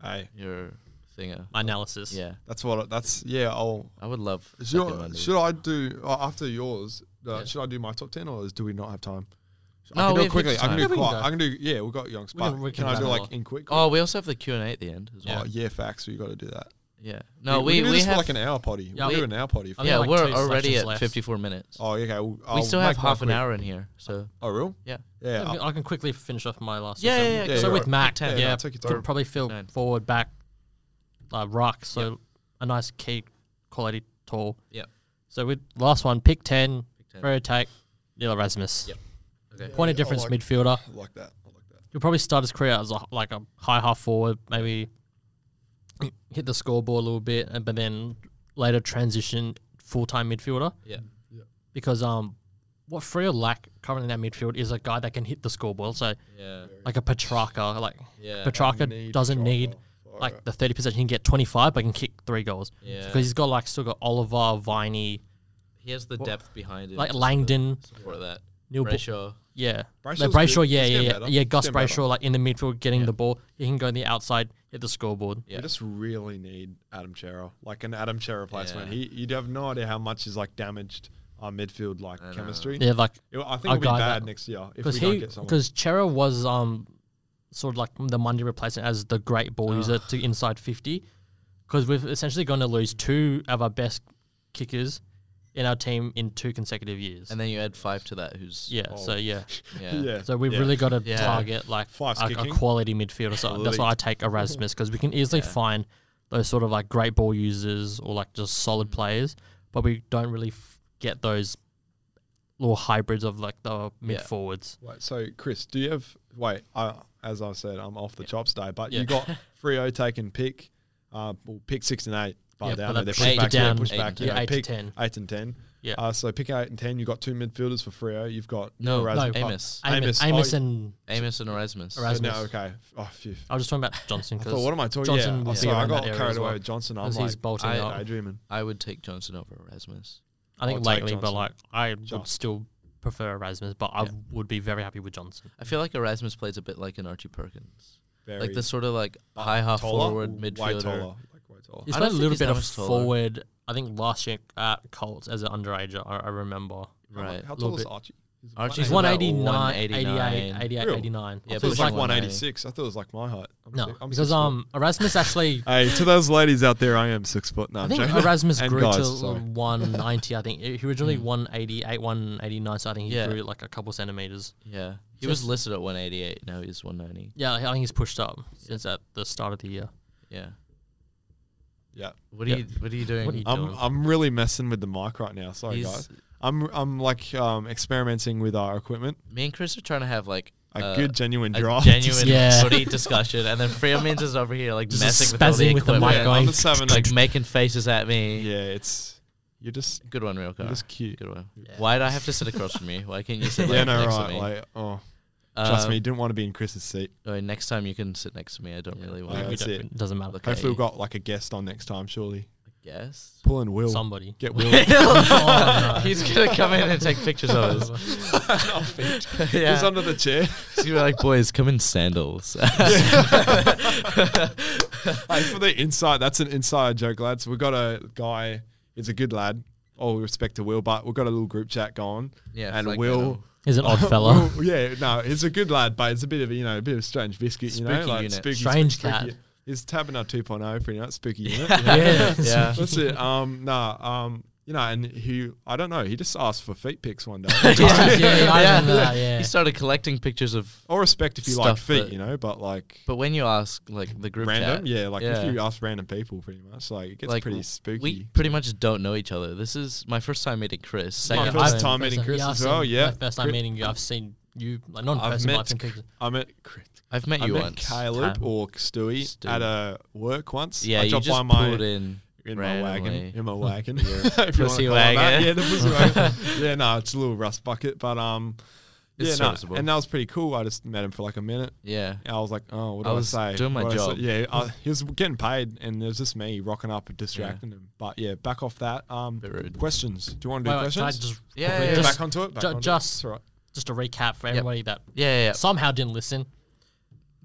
Hey, your thinger. my analysis. Yeah, that's what. That's yeah. I'll. I would love. Should, second I- Mundy. should I do uh, after yours? Uh, Should I do my top ten, or is, do we not have time? No, I we can do have it quickly. I time. can Yeah, do we can quite. go. I can do. Yeah, we've got young can- Spark. we Can can I do battle like off. in quick? Oh, we also have the Q and A at the end as well. Oh, yeah, facts. We got to do that. Yeah. No, we, we can do we this have for like an hour potty. Yeah, we'll we- do an hour potty. I For, think yeah, like we're two already selections at left. 54 minutes. oh, okay. Well, we I'll still have make mine half an quick. hour in here, so Oh, real? yeah. Yeah. I I'll- can- I can quickly finish off my last. Yeah, example. yeah, yeah, yeah, So yeah, with right. Mac, Yeah, yeah, yeah, no, take your time. could probably fill Nine. forward, back, uh, rock. So a nice key quality tall. Yep. So with last one, pick ten, 10. Verotate, Neil Erasmus. Yep. Okay. Point of Yeah, I difference like- midfielder. I like that. I like that. He'll probably start his career as a, like a high half forward, maybe hit the scoreboard a little bit, and but then later transition full time midfielder Yeah. because um, what Freo lack currently in that midfield is a guy that can hit the scoreboard. So Yeah. like a Petrarca, like Yeah. Petrarca Need doesn't shot need goal. like the thirty percent. He can get twenty five, but he can kick three goals. Yeah. because he's got like still got Oliver, Viney, He has the depth behind it. like Langdon, for that. Neil. Bo- Brayshaw. yeah, Brayshaw's like Brayshaw, good. yeah, He's yeah, getting yeah, better. yeah. He's Gus getting better. Brayshaw, like in the midfield, getting the ball. He can go on the outside, hit the scoreboard. Yeah. We just really need Adam Chera, like an Adam Chera replacement. Yeah. He, you'd have no idea how much is like damaged our midfield like chemistry. Yeah, like It- I think Our it'll be guy bad that- next year if we because don't he get someone. because Chera was um sort of like the Monday replacement as the great Ah. ball user to inside fifty, because we've essentially going to lose two of our best kickers in our team in two consecutive years. And then you add five to that. Who's yeah, so yeah. Yeah. Yeah. So we've Oh. Yeah. really got to Yeah. target like Fast a, a kicking. quality midfielder. So that's why I take Erasmus because we can easily find those sort of like great ball users or like just Mm. solid players, but we don't really f- get those little hybrids of like the mid forwards. Wait, so Chris, do you have wait? I, as I said, I'm off the chops day, but Yeah. you got Frio taking pick, uh, well, pick six and eight. But Yeah, down there, but they're that's pushed eight back, down, yeah, pushed eight back, and you ten. know, Eight to pick 10. eight and ten. Yeah. Uh, so pick eight and ten. You got two midfielders for Frio. You've got No, Erasmus- no, Amos. Amos, Amos, oh, Amos you- and Amos and Erasmus. Oh, Erasmus. no, okay. Oh, phew. I was just talking about Johnson I thought, what because am I talking? Johnson yeah, will oh, be sorry, I around that got area carried as well, away with Johnson. I'm he's like bolting I- up. daydreaming. I would take Johnson over Erasmus. I think I'll take lately, but Johnson. like I Johnson. would still prefer Erasmus, but I would be very happy with Johnson. I feel like Erasmus plays a bit like an Archie Perkins. Very like the sort of like high half taller, forward way midfielder. taller, like way taller. He's I played a don't think little he's bit that of much taller. forward. I think last year at Colts as an underager, I, I remember. Right. How little tall is bit. Archie? He's Archie's He's about 189, 88, 189. 88, Real? 89. Yeah, I but thought he's it was like like 190. 186. I thought it was like my height. I'm No, si- I'm because six um Erasmus actually, foot. Hey, to those ladies out there, I am six foot. No, I I'm think joking. Erasmus And grew guys, to sorry. 190. I think he originally 188, 189. So I think he Hmm. Yeah. grew like a couple centimeters. Yeah. He was listed at 188. Now he's 190. Yeah, I think he's pushed up since at the start of the year. Yeah. Yeah, What are Yeah. you What are you doing? What are you I'm I'm really messing with the mic right now. Sorry, He's- guys. I'm I'm like um, experimenting with our equipment. Me and Chris are trying to have like A uh, good genuine a draft. genuine Yeah. footy discussion, and then Freelmans is over here like Just messing with all the spazzing with the mic equipment, yeah, I'm going- just having like like making faces at me. yeah, it's you're just Good one, real you're car. just cute. Good one. Why did I have to sit across from you? Why can't you sit like, Yeah, no, next right. to me? Like oh, trust Um, me, you didn't want to be in Chris's seat. oh, next time you can sit next to me. I don't really want Yeah, to that's it. It doesn't matter. look at Hopefully, you. we've got like a guest on next time. Surely, Yes. pulling Will. Somebody. Get Will. Oh, He's gonna come in and take pictures of us. He's under the chair. He's gonna be like, boys, come in sandals. Hey, for the inside, that's an inside joke, lads. We've got a guy, he's a good lad. All respect to Will, but we've got a little group chat going. Yeah, and flag Will, He's an odd Oh. fella. Will- yeah, no, he's a good lad, but it's a bit of a, you know, a bit of a strange biscuit, you know, Spooky like unit. spooky, Strange spooky, spooky. cat. He's Tabernacle 2.0, pretty much spooky unit. you know? yeah. yeah. That's it. Um, nah, um, you know, and he, I don't know, he just asked for feet pics one day. yeah, yeah, I Yeah. remember that, yeah. He started collecting pictures of All respect if you like Stuff feet, that- you know, but like But when you ask like the group random, chat, yeah, like Yeah. if you ask random people, pretty much, like it gets like pretty w- spooky. We pretty much don't know each other. This is my first time meeting Chris. My Second first time. time meeting Chris as well, I've seen- yeah. my First time Chris- meeting you, I've seen you, like, not in I've person, but I've met, seen K- pictures. I met, Chris- I've met I you met once. Caleb or Stewie, Stewie. at a work once. Yeah, I you dropped just by my pulled in. in my wagon, randomly. in my wagon, If you wanna Pussy call it that. wagon. Yeah, the pussy wagon. yeah, no, it's a little rust bucket, but um, It's yeah, no, serviceable. and that was pretty cool. I just met him for like a minute. Yeah. I was like, oh, what do I I, was say? doing my What do I say? job. Yeah, I, he was getting paid, and there was just me rocking up and distracting him. But yeah, back off that. Um, Bit rude. questions? Do you want to do Wait, wait, can I questions? just, Yeah, quickly- yeah, yeah, just, back onto it. Back ju- onto just- it. It's all right. just a recap for everybody that Yeah, yeah, yeah. somehow didn't listen.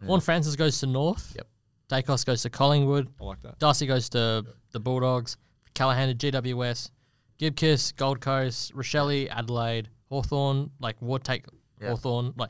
Juan Francis goes to North. Yep. Dacos goes to Collingwood. I like that. Darcy goes to the Bulldogs. Callahan to GWS. Gibkiss, Gold Coast, Rochelle, Adelaide, Hawthorn, like Ward take Hawthorn, like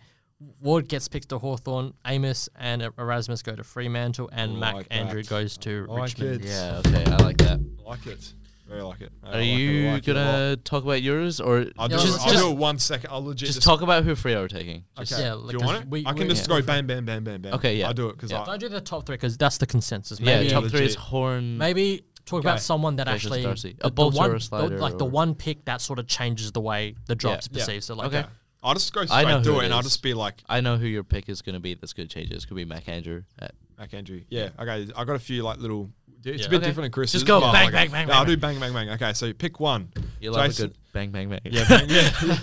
Ward gets picked to Hawthorn, Amos and Erasmus go to Fremantle, and Mac like Andrew that. goes to I like Richmond. it. Yeah, okay, I like that. like it. Very like it. I Are like it, I you like it a lot. gonna talk about yours or I'll, Yeah, do, let's I'll just- do it one second. I'll legit just, just, talk about who Frio are taking? Okay. Yeah, do like, you 'cause want it? we- I can we- just go bam, bam, bam, bam, bam. Okay, yeah. I'll do it because Yeah. I. Don't do the top three because that's the consensus. Yeah, Maybe top three is legit. Horn. Maybe talk Okay. about someone that Versus actually Darcy. A the- the bolter one- or a the- slider like the or- one pick that sort of changes the way the drop's Yeah. perceived. So like Okay. I'll just go I know straight who to it it and I'll is. just be like, I know who your pick is gonna be. That's gonna change it. It's gonna be Mac Andrew. At, Mac Andrew. Yeah. Okay. I got a few like little. It's Yeah. a bit Okay. different at Chris's. Just go but bang, like- bang, bang, Yeah, I'll do bang, bang, bang. Okay. So pick one. you love a Jason- good bang bang bang. Yeah. Bang, yeah.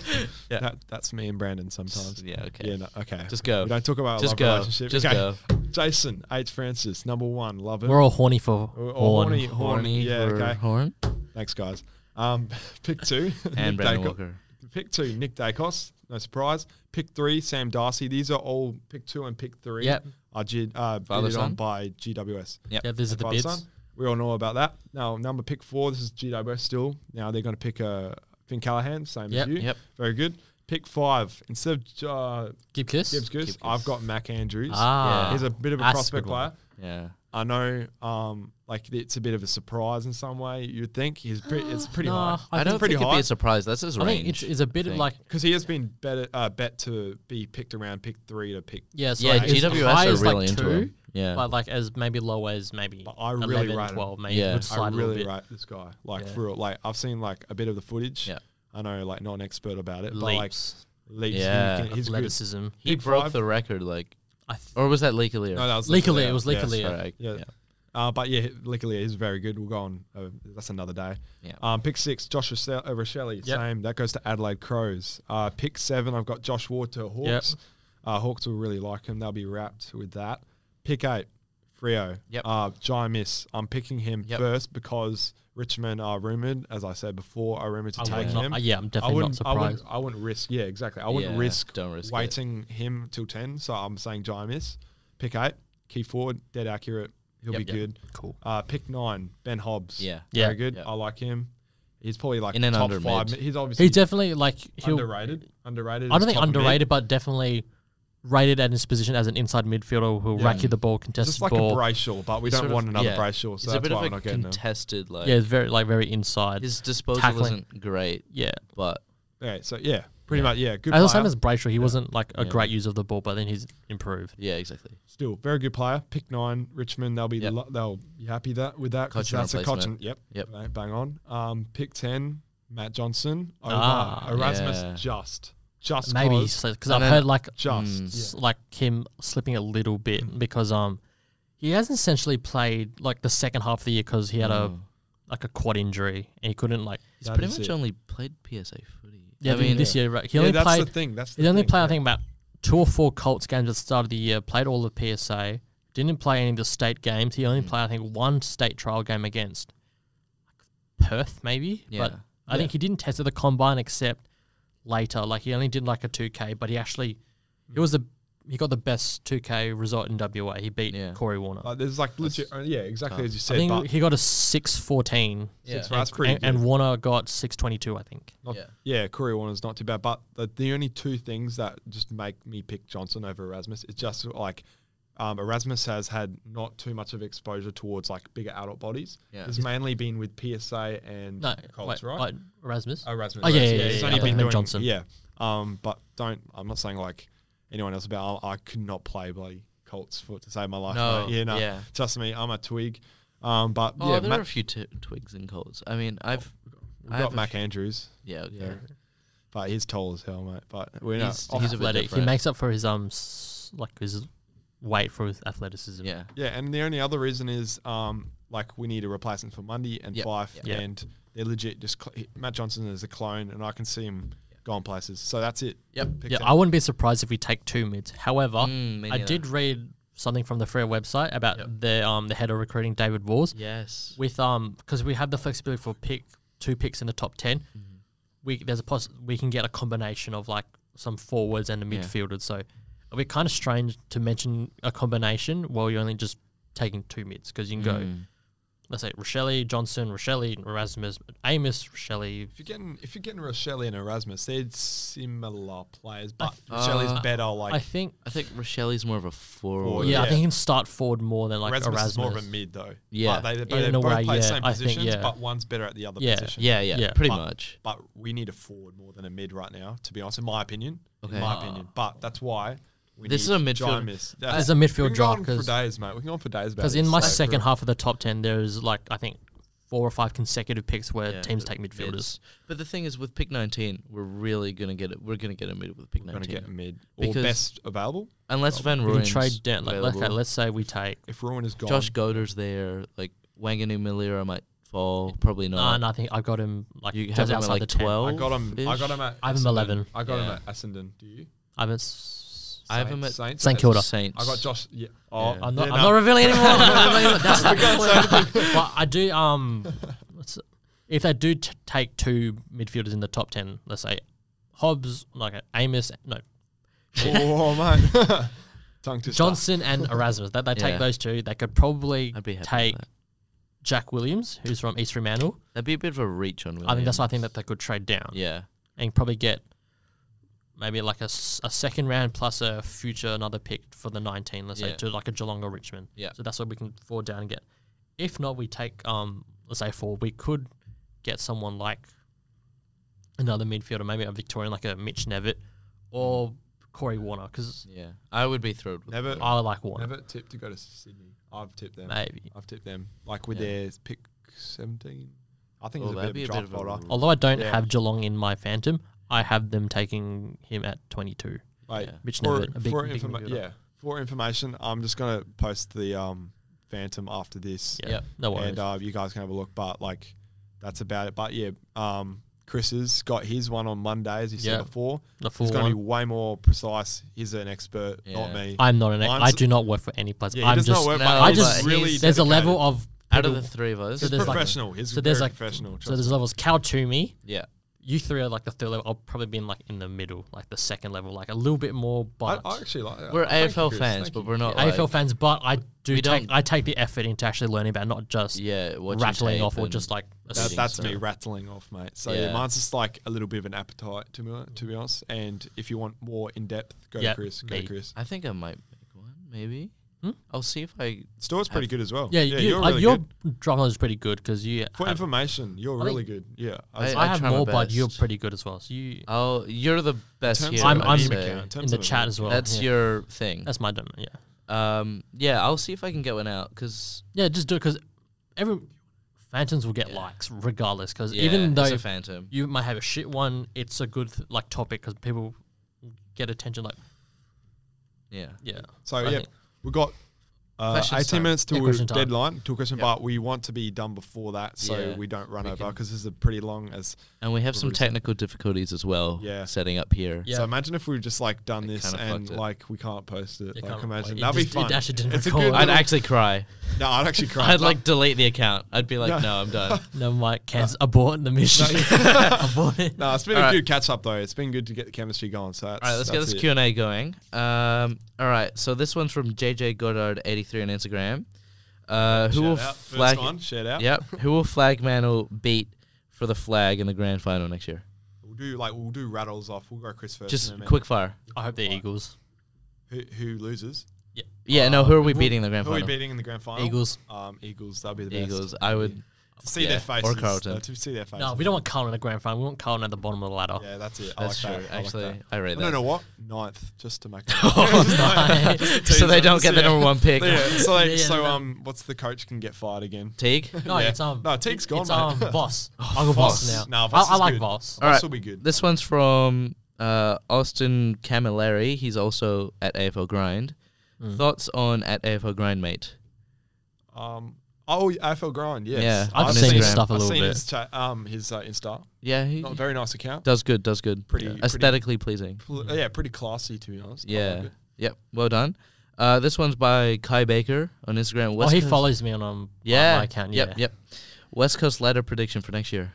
Yeah. That, that's me and Brandon sometimes. yeah. Okay. Yeah. No, okay. Just go. We don't talk about our Just love go. relationship. Just okay. go. Jason H Francis, number one, love it. we're all horny for We're all horn. horny, horny. Yeah. for Okay. Horn Thanks, guys. Um, pick two, and Brandon Nick Dacos- Walker. Pick two, Nick Dacos. No surprise. Pick three, Sam Darcy. These are all pick two and pick three. Yep. Are gi- uh, Father, bidded on son? by GWS. Yeah, these are the Father, son. bids. We all know about that. Now, number pick four. This is GWS still. Now they're going to pick uh, Finn Callahan, same Yep. as you. Yep. Very good. Pick five. Instead of uh, Give kiss. Gibbs Goose, Gibbs I've Goose. got Mac Andrews. Ah, He's a bit of a That's a prospect good one. player. Yeah. I know, um, like it's a bit of a surprise in some way. You'd think he's pretty. It's pretty nah, high. I I think don't pretty think it'd high. be a surprise. That's his I range. think it's, it's a bit I of think. like Because he has been bet, uh, bet to be picked around pick three to pick. yeah, so yeah, like it's high GWS as are really like into two, him. Yeah. but like as maybe low as maybe But I really 11, rate him. 12, maybe Yeah. would I I slide a little really bit. rate this guy. Like Yeah. for real. Like I've seen like a bit of the footage. Yeah. I know, like not an expert about it, Leaps, but like leaps. Yeah. he can- he's good. athleticism. he Big broke five. the record, like, I th- or was that Leakalea? No, that was Leakalea, it was Yes. Leakalea. Sorry, I- Yeah. yeah. Uh, but yeah, luckily he's very good. We'll go on. Uh, that's another day. Yeah. Um, pick six, Josh Rochelle, uh, Rochelle same. That goes to Adelaide Crows. Uh, pick seven, I've got Josh Ward to Hawks. Uh, Hawks will really like him. They'll be wrapped with that. Pick eight, Frio. Yep. Uh, Jai Miss. I'm picking him Yep. first because Richmond are rumored, as I said before, are rumored to I take would him. not, uh, yeah, I'm I definitely not wouldn't, I surprised. wouldn't. I wouldn't risk. Yeah, exactly. I wouldn't Yeah, risk, don't risk it. waiting him till ten. So I'm saying Jai miss. Pick eight, key forward, dead accurate. He'll Yep, be yep. good. Cool. Uh, pick nine, Ben Hobbs. Yeah. Yeah. very good. Yep. I like him. He's probably like In and top under five. mid. He's obviously He definitely like he'll. underrated. Underrated. I as don't think top of mid. underrated, but definitely rated at his position as an inside midfielder who'll rack you the ball, contest Just like ball. a Brayshaw, but we don't sort want of- another yeah. Brayshaw, so He's a that's bit of why we're a not getting him. contested, like, yeah, it's very like very inside. his disposal tackling. isn't great. yeah, But Okay, so yeah, pretty much yeah. Good as the player. same as Brayshaw, he wasn't like a great user of the ball, but then he's improved. yeah, exactly. still very good player. Pick nine, Richmond. They'll be Yep. lo- they'll be happy that with that. 'cause Cochin that's a replacement. Cochin. Yep. Yep. Bang, bang on. Um, pick ten, Matt Johnson. Over Ah, Erasmus yeah. just just Maybe cause. because And I've then- heard like hmm, just s- yeah. Mm. like him slipping a little bit because um he hasn't essentially played like the second half of the year because he had Mm. a like a quad injury and he couldn't like He's That pretty is much it. only played PSA footy. yeah I mean, this year right, he only yeah, that's played the thing. That's the he only thing. played I think about two or four Colts games at the start of the year played all the PSA didn't play any of the state games he Hmm. only played I think one state trial game against Perth maybe but Yeah. I think he didn't test at the combine except later like he only did like a 2k but he actually it was the he got the best 2k result in WA he beat Yeah. Corey Warner Like, there's like legit. uh, Yeah, exactly as you I said. think but he got a 614 Yeah. so that's pretty and, and good. Warner got 622 I think Not- Yeah. yeah, Corey Warner's not too bad. But the, the only two things that just make me pick Johnson over Erasmus is just like um, Erasmus has had not too much of exposure towards like bigger adult bodies. Yeah. It's mainly been with PSA and no Colts, wait, right? wait, Erasmus Erasmus. Oh, yeah, Erasmus, yeah, yeah, He's yeah, only yeah. been Meant doing Johnson. Yeah. Um, but don't. I'm not saying like anyone else about. I, I could not play bloody Colts for to save my life. No, mate. Yeah. No. yeah. Trust me, I'm a twig. Um, but Oh, yeah, there Mac, are a few t- twigs and colds. I mean, I've we've I got have a Mac few- Andrews. Yeah, okay. Yeah. But he's tall as hell, mate. But we're not. He's- off- he's a bit athletic he different. makes up for his um s- like his weight for his athleticism Yeah. Yeah, and the only other reason is um like we need a replacement for Mundy and Yep, Fife, yep. Yeah. and they're legit. Just cl- Matt Johnson is a clone, and I can see him going places. So that's it. Yep. Pick Yeah, them. I wouldn't be surprised if we take two mids. However, Mm, me I neither. did read something from the Freo website about the um the head of recruiting David Walls Yes. with um because we have the flexibility for pick two picks in the top 10 Mm-hmm. We there's a poss- we can get a combination of like some forwards and a midfielder. So it'd be kind of Mm. strange to mention a combination while you're only just taking two mids because you can go let's say Rochelle, Johnson, Rochelle, Erasmus, Amos, Rochelle. If you're getting if you're getting Rochelle and Erasmus, they're similar players, but th- Rochelle is better. Like uh, I think. I think Rochelle's more of a Forward, forward. Yeah, I yeah. think he can start forward more than like Erasmus, Erasmus. is more of a mid though. Yeah. but they, In but they a both way, play the yeah, same I think, positions, yeah. but one's better at the other Yeah. position. Yeah, yeah, Yeah. pretty But- much. But we need a forward more than a mid right now, to be honest, in my opinion. Okay. In my opinion. But that's why we This need is a midfield- Miss. This is a midfield we can go draw, on for 'cause- days, mate. We can go on for days about Because in this, my so- second half of the top 10, there's like, I think, four or five consecutive picks where Yeah, teams the take midfielders. mids. But the thing is, with pick 19, we're really gonna get it. We're gonna get a mid with pick we're going to 19, get a mid or Because- best available. unless Van We can Rooyen's trade down. Like, like, okay, available. let's say we take. If Ruin is gone, Josh Goder's there. Like Wanganu Malira might fall. Probably Nah, not. no, uh, I think I've got him like Uh, You just have him at outside like the 10. 12. I got him. I got him at. I have him Essendon. 11. I got him Yeah. at Essendon. Do you? I'm at. s- I have him at Saints- Saints or St Kilda. Saints. I got Josh. Yeah. Oh, Yeah. I'm not, yeah, I'm no. not revealing anymore. That's not the point. But I do. Um, what's it- if they do t- take two midfielders in the top ten, let's say Hobbs, like uh, Amos, no Oh, mate. Tongue twister. Johnson and Erasmus. That they take Yeah. those two, they could probably I'd be happy. take with that. Jack Williams, who's from East Fremantle. That'd be a bit of a reach on. Williams. I think that's why I think that they could trade down Yeah. and probably get maybe like a, s- a second round plus a future another pick for the 19, let's Yeah. say, to like a Geelong or Richmond. Yeah. So that's what we can forward down and get. If not, we take, um, let's say forward, we could get someone like another midfielder, maybe a Victorian, like a Mitch Nevitt or Corey Warner, because Yeah. I would be thrilled with Never. I like Warner. Never tipped to go to Sydney. I've tipped them. Maybe. I've tipped them. Like with Yeah. their pick 17. I think Oh, it was a that'd bit of a be a draft bit of a order. Although I don't Yeah. have Geelong in my Phantom, I have them taking him at 22. Wait, Yeah. Mitch for, Nevitt, a big- for big informa- midfielder. yeah, for information, I'm just going to post the um, Phantom after this. Yeah. Yep. No worries. And uh, you guys can have a look. But, like, that's about it. But, yeah, um, Chris has got his one on Monday, as you Yeah. said before. the He's full going to be one. way more precise. He's an expert, not Yeah. me. I'm not an. I'm I s- do not work for any place. yeah, he I'm does just. not work, no, but I he's just. really there's a level dedicated. of Out of people- the three of us. So there's like- professional. he's so so there's very like- professional. So there's levels. Cal Toomey, yeah. you three are like the third level. I'll probably be in like in the middle, like the second level, like a little bit more. I, But I actually like that. We're Thank you, AFL Chris. fans, Thank but you. we're not AFL fans, but I do We take don't- I take the effort into actually learning about not just Yeah. What rattling off or just like That, Reading assuming. that's so. me rattling off, mate. So Yeah. yeah. mine's just like a little bit of an appetite to me, to be honest. And if you want more in depth, go Yeah, to Chris. Go me. to Chris. I think I might make one. Maybe. Hmm? I'll see if I. Stuart's pretty Have- good as well. yeah, you, you're uh, really your good. drama is pretty good because you. For have, information, you're I really good. Yeah, I, I I have try my more, but you're best. pretty good as well. So you Oh, you're the best terms here. of I'm- I'd I'm- say. account. in terms the of chat it, as well. That's yeah. your thing. That's my domain. Yeah. Um, yeah, I'll see if I can get one out because Yeah, just do it because every Phantoms will get likes regardless. Because yeah, even though it's a phantom, you might have a shit one, it's a good th- like topic because people get attention. Like, yeah, yeah, So I yeah, think- we've got uh, Questions 18 time. minutes Yeah, till question time. deadline to a question, Yeah. but we want to be done before that so Yeah, we don't run we over 'cause over can- because this is a pretty long as. and we have some Probably so. technical difficulties as well. Yeah. setting up here. Yeah. So imagine if we just like done It this kinda and fucked it. like we can't post it. It like kinda- imagine it that'd be just- it fun. actually didn't It's a record. good. I'd little- actually cry. No, I'd actually cry. I'd like delete the account. I'd be like, no, I'm done. no, Mike, cancel abort the mission. abort it. No, it's been Alright. a good catch up though. It's been good to get the chemistry going. So that's, All right, let's get that's this it. Q and A going. Um, all right, so this one's from JJ Goddard eighty three on Instagram. Uh, who Shout will out. flag? First one, shout out. Yep. Who will flag Mantle beat for the flag in the grand final next year? We'll do like we'll do rattles off. We'll go Chris first. Just and then quick fire. I hope the Eagles. Who, who loses? Yeah, no. Who are we who- beating in the grand Who are we final? beating in the grand final? Eagles. Um, Eagles. That'll be the best. Eagles. I would. To see yeah, their or faces. Carlton. uh, to see their faces. No, we don't want Carlton in the grand final. We want Carlton at the bottom of the ladder. Yeah, that's it. That's I like true. That. Actually, I, like I that. rate I don't that. Oh, know what ninth, just to make. Just to so they tease don't us, get the yeah. number one pick. Yeah, so they, Yeah, so no. um, what's the coach can get fired again? Teague. No, Yeah. it's um. No, Teague's gone, It's mate. Oh, um, Voss. I'll go Voss Voss. now. No, Voss I, I is like good. Voss. All right. This will be good. This one's from uh, Austin Camilleri. He's also at AFL Grind. Hmm. Thoughts on at AFL Grind, mate? Um, oh, AFL grind. Yes. Yeah, I've seen his him- stuff a I've little seen bit. His chat, um, his uh, Insta. Yeah, he Not a very nice account. does good. Does good. Pretty- pretty- Oh, aesthetically pleasing. Pl- yeah, pretty classy to be honest. I Yeah. like it. Yep. Well done. Uh, this one's by Kai Baker on Instagram. Oh, West he Coast- follows me on um on Yeah. my account. Yeah. Yep. Yep. West Coast ladder prediction for next year.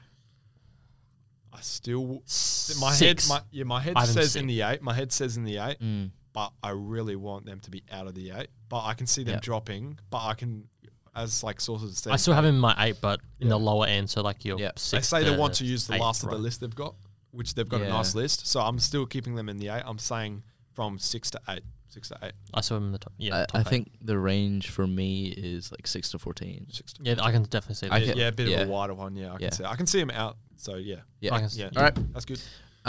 I still S- my Six. head my yeah my head I haven't says seen. in the eight. My head says in the eight, Mm. but I really want them to be out of the eight. But I can see them Yep. dropping. But I can as like sources. Instead. I still have him in my eight, but in the lower end, so like your Yeah. yeah. They They six. say they want to use the last of the list. list they've got, which they've got a Yeah. nice list. So I'm still keeping them in the eight. I'm saying from six to eight, six to eight, I saw him in the top. Yeah, I, top I eight. think the range for me is like six to fourteen. six to Yeah, I can definitely see that. I yeah, can- yeah, a bit yeah. of a wider one. Yeah, I Yeah. can see. I can see them out. So yeah, Yeah. I can s- yeah. All right. that's good.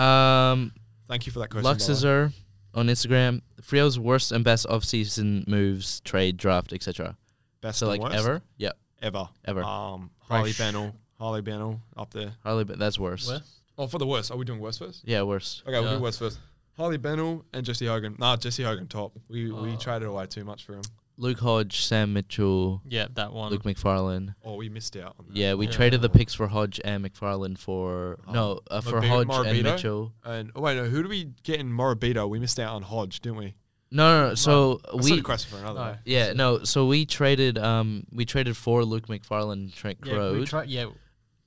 Um, Thank you for that question. by the way. Luxazur on Instagram. Frio's worst and best off-season moves, trade, draft, etc. best So and like worst? ever. Yeah. ever, Ever. Um, Harley Fresh. Bennell, Harley Bennell up there. Harley, but that's worse. Worst? Oh, for the worst, are we doing worst first? Yeah, worse. Okay, we'll Yeah. do worst first. Harley Bennell and Jesse Hogan. Nah, Jesse Hogan top. We Oh. we traded away too much for him. Luke Hodge, Sam Mitchell, Yeah, that one. Luke McFarlane. Oh, we missed out on that. Yeah, we Yeah. traded the picks for Hodge and McFarlane for no uh, for Morbi- Hodge and Oh. Morbido? Mitchell. And oh wait, no, who do we get in Morabito? We missed out on Hodge, didn't we? No, no, no. So That's not we a question for another. No. day. yeah no. So we traded um we traded for Luke McFarlane, and Trent yeah, Crowd. we try, yeah,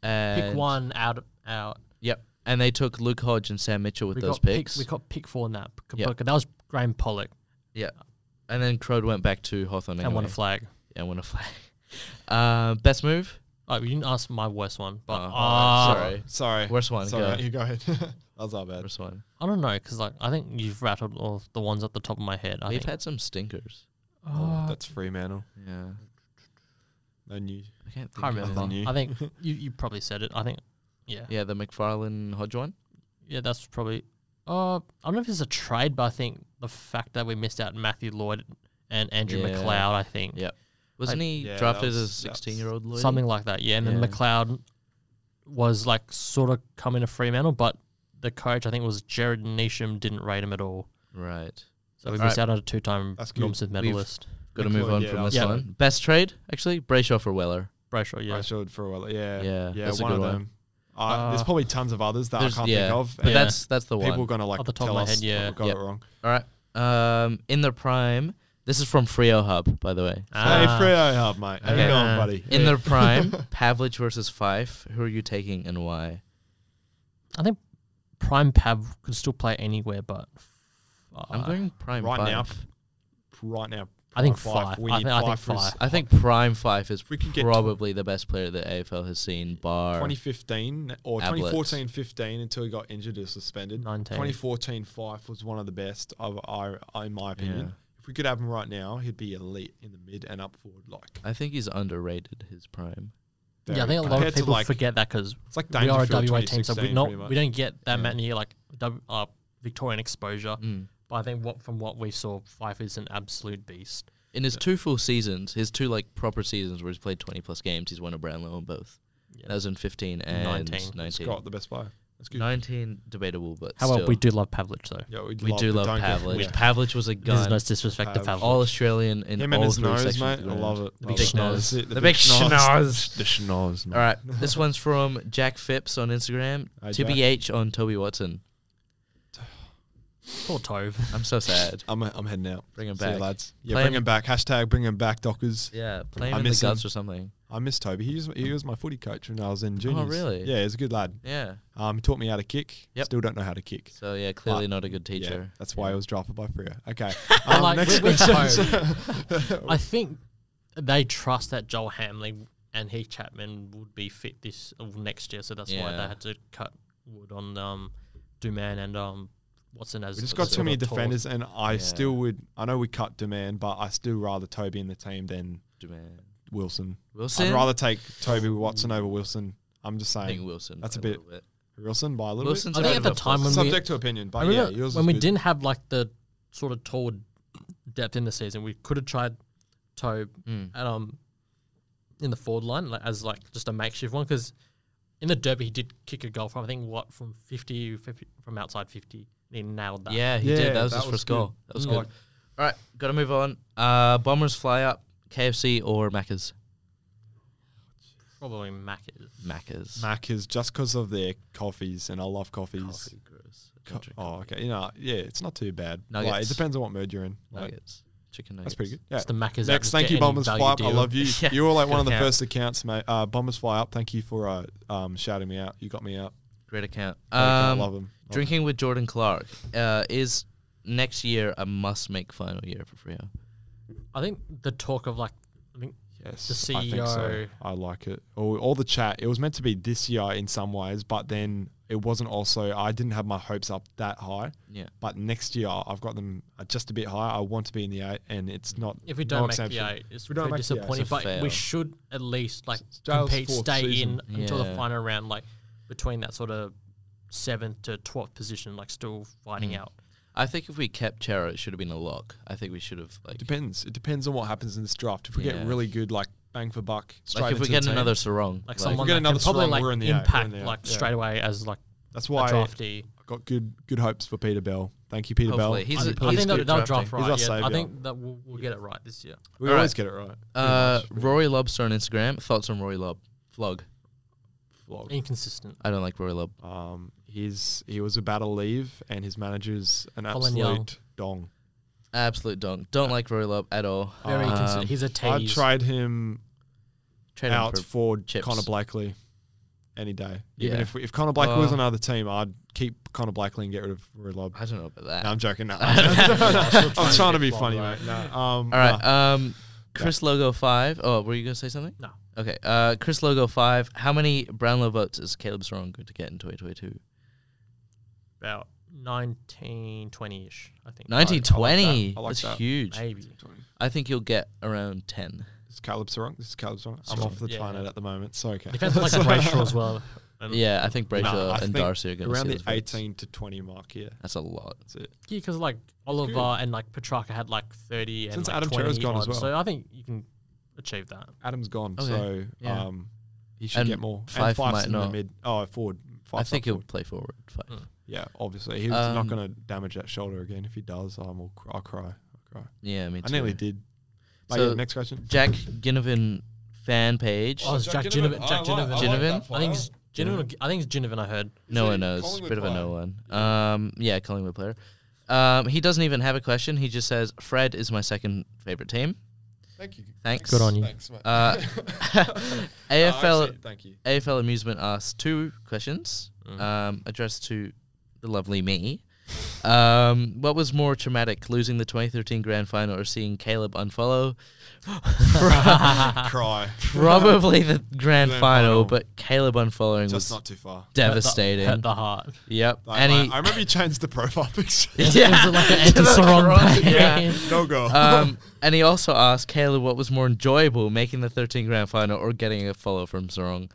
and pick one out out. Yep. And they took Luke Hodge and Sam Mitchell with We those got pick, picks. we got pick four in that. c- Yeah. book, and That was Graham Pollock yeah. And then Crowd went back to Hawthorn and anyway. won a flag. and won a flag. Uh, best move? Oh, you didn't ask my worst one, but Oh, uh, sorry. Sorry. Worst one, Sorry, go. mate, you go ahead. that was our bad. First one. I don't know because like I think you've rattled all the ones at the top of my head. I We've think. had some stinkers. Oh, that's Fremantle. Yeah. No new. I can't think of can't remember. Nothing new. I think you, you probably said it. I think, yeah, it. Yeah, the McFarlane Hodge one. yeah, that's probably. Uh, I don't know if it's a trade, but I think the fact that we missed out Matthew Lloyd and Andrew Yeah. McLeod, I think, Yep. Wasn't he Yeah, that drafted as a was- 16 year old lawyer? something like that. Yeah, and then Yeah. McLeod was like sort of coming to Fremantle, but the coach I think was Jared Neesham didn't rate him at all, Right. so we Alright. missed out on a two-time That's good. Norm Smith We've- medalist. Got to McLeod, move on yeah, from that this was Yeah. one. Best trade, actually? Brayshaw for Weller. Brayshaw, yeah, I showed for a while. Yeah. Yeah, Yeah. that's a one good of one. them. Uh, there's Uh, probably tons of others that I There's- can't yeah. think of. But Yeah. and that's that's the people one. gonna like Off the top of tell my us head, yeah. we got Yep. it wrong. All right. Um, in their prime. This is from Frio Hub, by the way. Ah, hey, Freo Hub, mate. How you Okay. going, buddy? In their prime, Pavlich versus Fife. Who are you taking and why? I think Prime Pav could still play anywhere, but uh, I'm going prime right Fife. now, Right now. I think Fife. five. We I need think- I think Fife was- five. I think prime Fife is we could get tw- probably the best player that AFL has seen. Bar 2015 or Ablett. 2014 15 until he got injured or suspended. 19. 2014 5 was one of the best, of, I, in my opinion. Yeah. If we could have him right now, he'd be elite in the mid and up forward. Like, I think he's underrated. His prime. yeah, very- I think a lot compared of to, people like, forget that because It's like we are a Dangerfield WA team, so we 2016 not pretty much. we don't get that Yeah. many like w, uh, Victorian exposure. Mm. But I think what from what we saw, Fife is an absolute beast. In his two full seasons, his two like proper seasons where he's played 20 plus games, he's won a Brownlow on both. Yeah. That was in 15 and 19. 19. 19, Scott, the best player. That's good. debatable, but How still, about we do love Pavlich though? Yeah, we'd we do the love dunk of- Pavlich. yeah. Pavlich was a This is gun. no disrespect to Pavlich. Pavlich. All Australian in Him all and his three nose, sections mate. of I ground. love it. The Love big it. schnoz. That's it, The big schnoz. The schnoz, mate. All right, this one's from Jack Phipps on Instagram. Hi, To BH on Toby Watson. Poor Tove. I'm so sad. I'm, I'm heading out. Bring him See you, back. lads. Yeah, Play bring him- him back. Hashtag bring him back, Dockers. Yeah, play him I in the miss guts him. or something. I miss Toby. He was, he was my footy coach when I was in juniors. really? Yeah, he was a good lad. Yeah. Um, he taught me how to kick. Yep. Still don't know how to kick. So yeah, clearly But, not a good Yeah, teacher. that's why I was drafted by Freer. Okay. I Um, like next with question. Tove. I think they trust that Joel Hamley and Heath Chapman would be fit this uh, next year, so that's why Yeah. they had to cut wood on um, Duman and um, Watson as. We just the got too many sort of tall- defenders, and I Yeah. still would. I know we cut demand, but I still rather Toby in the team than Man. Wilson. Wilson. I'd rather take Toby Watson over Wilson. I'm just I think saying Wilson. That's a by bit- little Wilson by a little Wilson's I bit. think at the time when we, Subject to opinion, I but yeah, remember yours when was we good. didn't have like the sort of tall depth in the season, we could have tried Tobe Mm. and um in the forward line like, as like just a makeshift one because in the derby he did kick a goal from I think what from 50, 50 from outside fifty and he nailed that. Yeah, he Yeah, did. That was that his was first good. goal. That was Mm. good. All right, gotta move on. Uh, Bombers fly up. KFC or Macca's? probably Mackers. Macca's. Mac is just because of their coffees, and I love coffees. Coffee, gross. I Co- don't drink oh, okay. You know, yeah, it's not too bad. Like, Nuggets. it depends on what mood you're in. Like, Nuggets. Chicken nuggets. that's pretty good. Yeah. It's the Mackers. Next, thank you, Bombers Fly Up. I love you. Yeah. You were like one of the Good account. first accounts, mate. Uh, Bombers Fly Up. Thank you for uh, um, shouting me out. You got me out. Great account. I Um, love them. Drinking with Jordan Clark uh, is next year a must-make final year for Frio. I think the talk of like I think Yes, The E I think so. CEO. I like it. All, all the chat. It was meant to be this year in some ways, but then it wasn't. Also, I didn't have my hopes up that high. Yeah. But next year, I've got them uh, just a bit higher. I want to be in the eight, and it's not. If we no don't make exception. the eight, it's We don't pretty make the eight, disappointing. it's a but fail. we should at least like Jail's compete, fourth stay season. in until the Yeah. final round, like between that sort of seventh to twelfth position, like still fighting Mm. out. I think if we kept Chera, it should have been a lock. I think we should have like, Depends. It depends on what happens in this draft. If we Yeah. get really good, like bang for buck, straight like if we into get the team, another Sarong, Like, like, someone get that another can probably strong, like we're in the eight, we're in impact the eight, like yeah. straight away as like That's a why draftee. I've got good good hopes for Peter Bell. Thank you, Peter Hopefully. Bell. He's I, a- I keep think they'll, they'll draft drafting. He's right. our Yeah, I saviour. think that we'll, we'll get it right this year. we All always right. get it right. uh, Rory Lobster on Instagram. Thoughts on Rory Lob? Flog. Vlog. Inconsistent. I don't like Rory Lob. Um, he's he was about to leave, and his manager's an Colin Young. absolute dong. Absolute don't. Don't like Rory Lob at all. Very Um, inconsistent. He's a I'd tease. trade him Trade him out for- for chips. Connor Blakely any day. Even Yeah. Uh, if if Connor Blakely was Well- another team, I'd keep Connor Blakely and get rid of Rulob. I don't know about that. No, I'm joking. No, I'm trying to be funny, mate. No, um, All right. nah. Um, Chris Logo five. Oh, were you gonna say something? No. Okay. Uh, Chris Logo five. How many Brownlow votes is Caleb Strong going to get in 2022? About 19, 20 ish, I think. 1920. I like That's that. huge. Maybe. I think you'll get around 10. This is Caleb's wrong. This is Caleb's wrong. I'm Strong, off the yeah. planet at the moment. So okay. Depends on like racial as well. And Yeah, I think Brayshaw Mm. Nah, I and think Darcy are going to around see the those votes. 18 to 20 mark. Yeah, That's a lot. that's it. Yeah, because like Oliver and like Petrarca had like thirty and Since like Adam 20 Chera's gone as odd, well. So I think you can achieve that. Adam's gone, Okay, so yeah. um, he should And get more. Fife and Fife's might in not. the mid. Oh, forward. I Fife's up think he'll forward. play forward. Five. Mm. Yeah, obviously he's Um, not going to damage that shoulder again. If he does, I'm all, cr- I'll cry. I'll cry. Yeah, me I too. nearly did. But So- yeah, next question. Jack Ginnivan fan page. Oh, it's Jack Ginnivan. Jack Ginnivan. Ginnivan? I think it's Ginnivan. I think it's Ginnivan. I heard. no a one knows. Collingwood Bit of a no player. one. Um, yeah, Collingwood player. Um, he doesn't even have a question. He just says, "Fred is my second favorite team." Thank you. Thanks. Good on you. Thanks, mate. Uh, AFL thank you. AFL Amusement asked two questions um, addressed to the lovely me. Um, what was more traumatic, losing the 2013 grand final or seeing Caleb unfollow? Cry. Probably the grand Grand final, final. but Caleb unfollowing Just was not too far. devastating. At the heart. Yep. Like, and I, he, I remember you changed the profile picture. yeah, Like an to the anti-sarong wrong- page. yeah. no go. Um, and he also asked Caleb what was more enjoyable, making the 13 grand final or getting a follow from Sarong,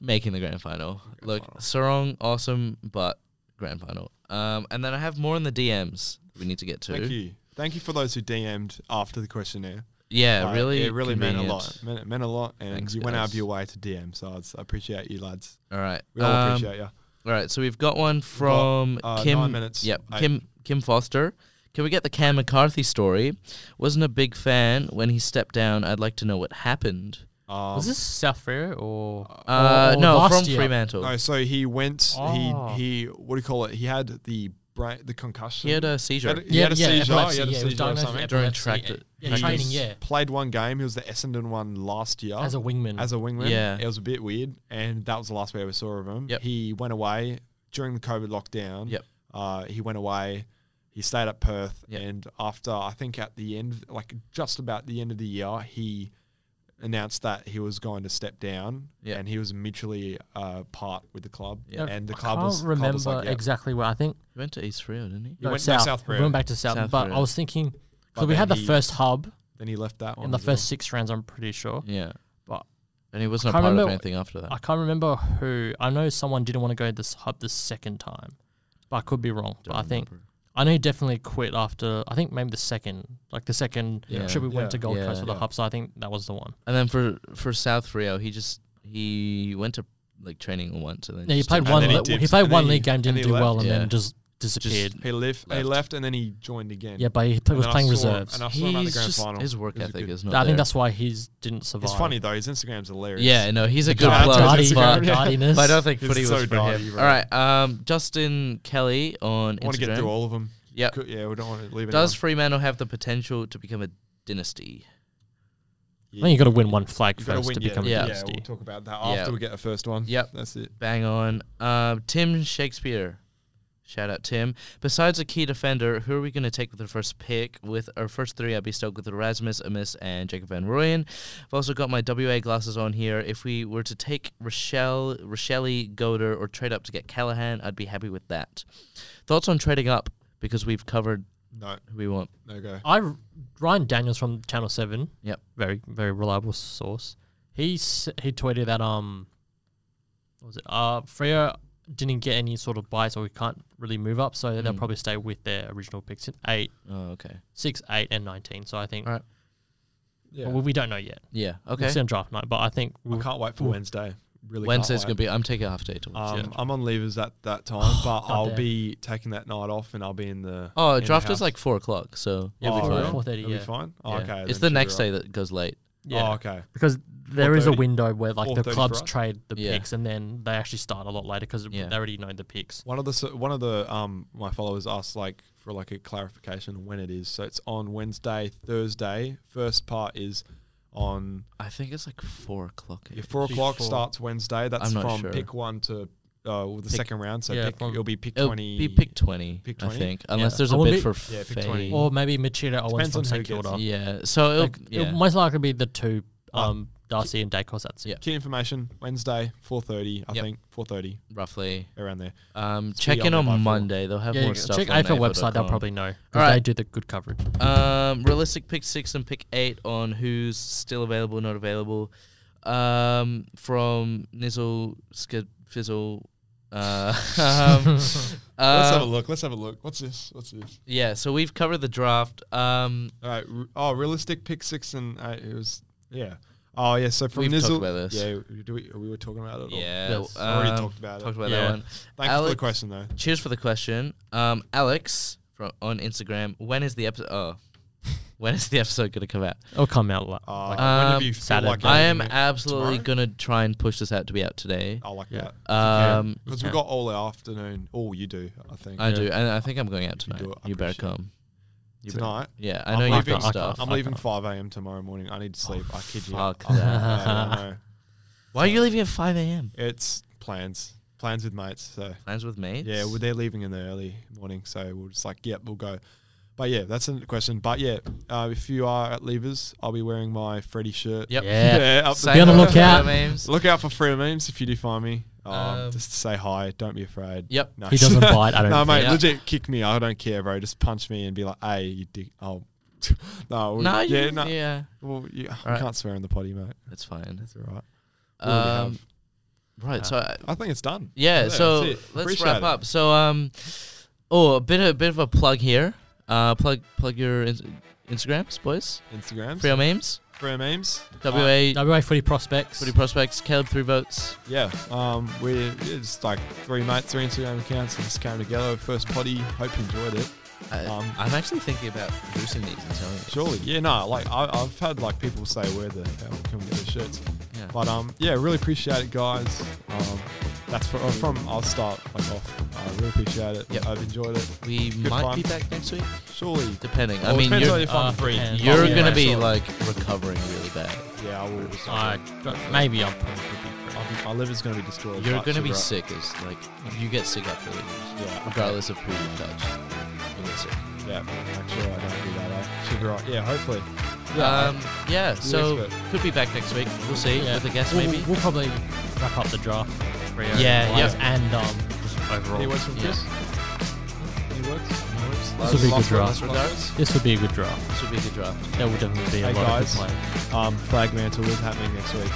making the grand final. Look, Sarong, awesome, but grand final. Um, and then I have more in the DMs that we need to get to. Thank you. Thank you for those who DM'd after the questionnaire. Yeah, Like, really. it really meant a convenient. lot. Meant, it meant a lot, and Thanks, you went out guys. of your way to DM. So I'd- I appreciate you, lads. All right. We all um, appreciate you. All right, so we've got one from uh, Kim. nine minutes. Yep, Eight. Kim Kim Foster. Can we get the Cam McCarthy story? Wasn't a big fan when he stepped down. I'd like to know what happened. Um, Was this South Frere or, Uh, or- or no, last from year? Fremantle. No, so he went. He Oh. he. What do you call it? He had the brain, the concussion. He had a He seizure. had, he had a seizure. epilepsy, he had a yeah, it was seizure or diagnosed with something. During epilepsy, tract- uh, yeah, practice. training, yeah, Played one game. He was the Essendon one last year as a wingman. Oh, as a wingman. Yeah. It was a bit weird, and that was the last we ever saw of him. Yep. He went away during the COVID lockdown. Yep. Uh, he went away. He stayed at Perth, Yep. and after I think at the end, like just about the end of the year, he announced that he was going to step down, Yep. and he was mutually uh, part with the club. Yep. And the I club can't was club remember was like, "Yep." exactly where. I think He went to East Rio, didn't he? He no, went- no, south. South we Frere. went back to south, South but Frere. I was thinking because But we had the then he- first hub Then he left that one in the as well. first six rounds. I'm pretty sure. Yeah. But- and he I wasn't a can't part of remember- anything after that. I can't remember who. I know someone didn't want to go to this hub the second time, but I could be wrong. but I think I know he definitely quit after. I think maybe the second, like the second Yeah. trip we Yeah. went to Gold Yeah. Coast for the Yeah. hub. So I think that was the one. And then for for South Rio, he just he went to like training once and then Yeah, he just played didn't- one. then he le- He, dipped, played and one then he- league game, and didn't he do well, left. and Yeah. then just disappeared. He left, He Left. left, and then he joined again. yeah, but he play, And was I playing saw him- reserves. and I saw him at the He's grand just, final. his It work was a ethic good- is I not. think there. that's why he didn't survive. It's funny though. His Instagram's hilarious. Yeah, no, he's a good Gar- bloke, Guardi- but, Guardiness. but I don't think He's footy so was for Guardi, him. bro. All right, um, Justin Kelly on I want to Instagram. get through all of them. Yep. Could- Yeah, we don't want to leave it. Does Fremantle have the potential to become a dynasty? I think you got to win one flag You've got first win to yeah, become yeah. a yeah. dynasty. we'll talk about that Yeah. after we get the first one. Yep. That's it. Bang on. Um, Tim Uh, Shakespeare. Shout out Tim. Besides a key defender, who are we going to take with our first pick? With our first three, I'd be stoked with Erasmus, Amis, and Jacob Van Rooyen. I've also got my WA glasses on here. If we were to take Rochelle, Rochelle Goder, or trade up to get Callahan, I'd be happy with that. Thoughts on trading up? Because we've covered No, who we want. no go. I Ryan Daniels from Channel Seven. Yep. very very reliable source. He s- he tweeted that um, what was it uh Freo didn't get any sort of buys, or we can't really move up, so they'll probably stay with their original picks in eight, Oh, okay. six, eight, and nineteen. So I think Right. Yeah. well, we don't know yet. Yeah. We'll Okay. see on draft night, but I think I we'll, can't wait for Wednesday. Really, Wednesday's can't going wait. to be. I'm taking a half day tomorrow. Um, Yeah. I'm on leavers at that time, but I'll be taking that night off, and I'll be in the. Oh, in the draft house. is like four o'clock, so Yeah, it'll be we fine. oh, can do really? 4:30, It'll yeah. Be fine. Yeah. Oh, okay, it's the then should next be day that goes late. yeah. Oh, okay. because there is a 4:30? window where like the 4:30 for us? clubs trade the Yeah. picks and then they actually start a lot later because Yeah. they already know the picks. One of the so- one of the um my followers asked like for like a clarification on when it is. So it's on Wednesday, Thursday. First part is on I think it's like four o'clock. your four Be o'clock four. starts Wednesday. That's I'm not from sure. pick one to uh, well, the Pick- second round. So yeah, pick, from- it'll be pick It'll twenty. be pick twenty. Pick I 20? think unless Yeah. there's a Or bid maybe- for yeah, pick Faye. 20. Or maybe Machida Owens Depends from on who St gets Kilda. it. Yeah. So it'll, Like, yeah. It'll most likely be the two Ah. um, Darcy and Dacos. That's it. Yeah. Key information Wednesday, four thirty. I Yep. think four thirty roughly. around there. Um, be check in on on there by four. Monday. They'll have Yeah, more you can stuff. check on AFL website. They'll AFL.com. probably know 'cause Alright. they do the good coverage. Um, realistic pick six and pick eight on who's still available, not available. Um, from Nizzle, Skid, Fizzle. Uh, um, Let's have um, a look. Let's have a look. What's this? What's this? yeah, so we've covered the draft. Um, All right. r- Oh, realistic pick six and uh, it was yeah. Oh yeah. So from We've Nizzle, talked about this. yeah, do we, we were talking about it. Or? yeah, Yes. Already um, talked about it. talked about Yeah. that one. Thanks for the Alex- question though. Cheers for the question, um, Alex from on Instagram. When is the episode? Oh, when is the episode gonna come out? It'll come out like, Uh, like Uh, when Um, have you feel Saturday. like I am editing it? absolutely tomorrow? Oh, gonna try and push this out to be out today. I like Yeah. that. Um, Because we got all the afternoon. Oh, you do, I think. I do, and I think I'm going out tonight. do it, You, better I appreciate it. come. You better- Tonight. yeah, I I'm know you've leaving- got stuff. I'm I leaving can't. 5 a.m. tomorrow morning. I need to sleep. I kid you. not. fuck I'm- that. I know, I know. Why are you leaving at 5 a.m.? It's plans. Plans with mates. So, Plans with mates? yeah, well, they're leaving in the early morning. So, we're just like, yep, we'll go. But, yeah, that's a question. But, yeah, uh, if you are at Levers, I'll be wearing my Freddy shirt. Yep. Yeah. up the- Same Be on the with lookout. memes. Look out for free memes if you do find me. Um, Um, just say hi. Don't be afraid. Yep. No. He doesn't bite, I don't no, think. mate. Yeah. Legit, kick me. I don't care, bro. Just punch me and be like, "Hey, you dick." Oh, no. we- No, you, yeah, yeah, no. yeah, Well, you, we right. can't swear in the potty, mate. that's fine. That's all right. We already Um, have. right, so I, I think it's done. yeah, that's so it. let's Appreciate wrap it. up. So um, oh, a bit a bit of a plug here. Uh, plug plug your in- Instagrams, boys. Instagram, Free memes. free memes. Uh, WA WA footy prospects. Footy Prospects. Caleb three votes. Yeah. Um, we it's like three mates, three Instagram accounts, and just came together. First potty. Hope you enjoyed it. I, Um, I'm actually thinking about producing these and selling them. Surely, yeah. No, like I, I've had like people say, "Where the hell can we get the shirts?" Yeah. But um, yeah, really appreciate it, guys. Um, that's fro- uh, from I'll start like off. I really appreciate it. Yep. I've enjoyed it. we good might fun. be back next week, Surely. depending. Well, I mean, depends you're, on if uh, I'm free. and- you're Oh, yeah. gonna be Surely. like recovering really bad. yeah, I will. Uh, but maybe I'm probably I'll- my liver's gonna be destroyed. You're but gonna should be I- sick as like you get sick after leaving, Yeah, regardless of who you touch. You get sick. yeah. Make sure I don't do that. eh? Should be right. Yeah, hopefully. Yeah. Um, yeah. So expert. could be back next week. We'll see Yeah. with a guest We'll, maybe. we'll probably wrap up the draft. for you Yeah, guys yep. And um, just Any overall. words from Yeah. Chris? Any words? No words? This will be a Last good words, draft. last words? This would be a good draft. This will be a good draft. There will definitely be a Hey, lot guys. of good players. Um, flag mantle is happening next week.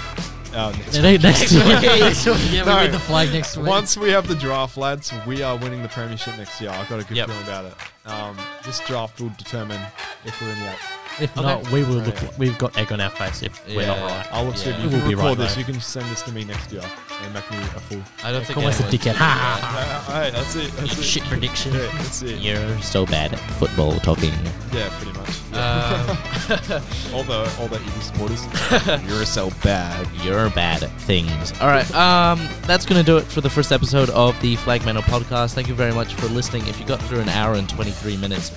Uh, next Yeah, they- next week. yeah, we No. need the flag next week. Once we have the draft, lads, we are winning the premiership next year. I've got a good Yep. feeling about it. Um, this draft will determine if we're in the eight. if not, we will look. We've got egg on our face if we're not right. I'll look Yeah. stupid. You It can will be record right, this. though. You can send this to me next year and make me a fool. I don't think Call us a anyone's gonna dickhead. do Ha, that. Uh, ha, all right, that's it. ha. That's it. Ah. Shit prediction. Yeah, that's it. Yeah, You're so bad at football talking. pretty much. Um, All the all the Eagles supporters. You're so bad. You're bad at things. All right, um, that's going to do it for the first episode of the Flag Manor podcast. Thank you very much for listening. If you got through an hour and 23 minutes,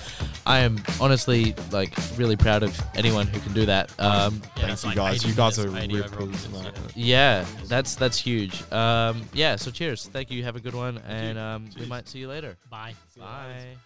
I am honestly like really proud of anyone who can do that. Um, Yeah, Thank it's you like guys. 80 You guys are minutes, 80 overall rippers. minutes, mate. yeah. yeah, that's that's huge. Um, yeah, so cheers. Thank you. Have a good one, and um, we might see you later. Bye. Bye.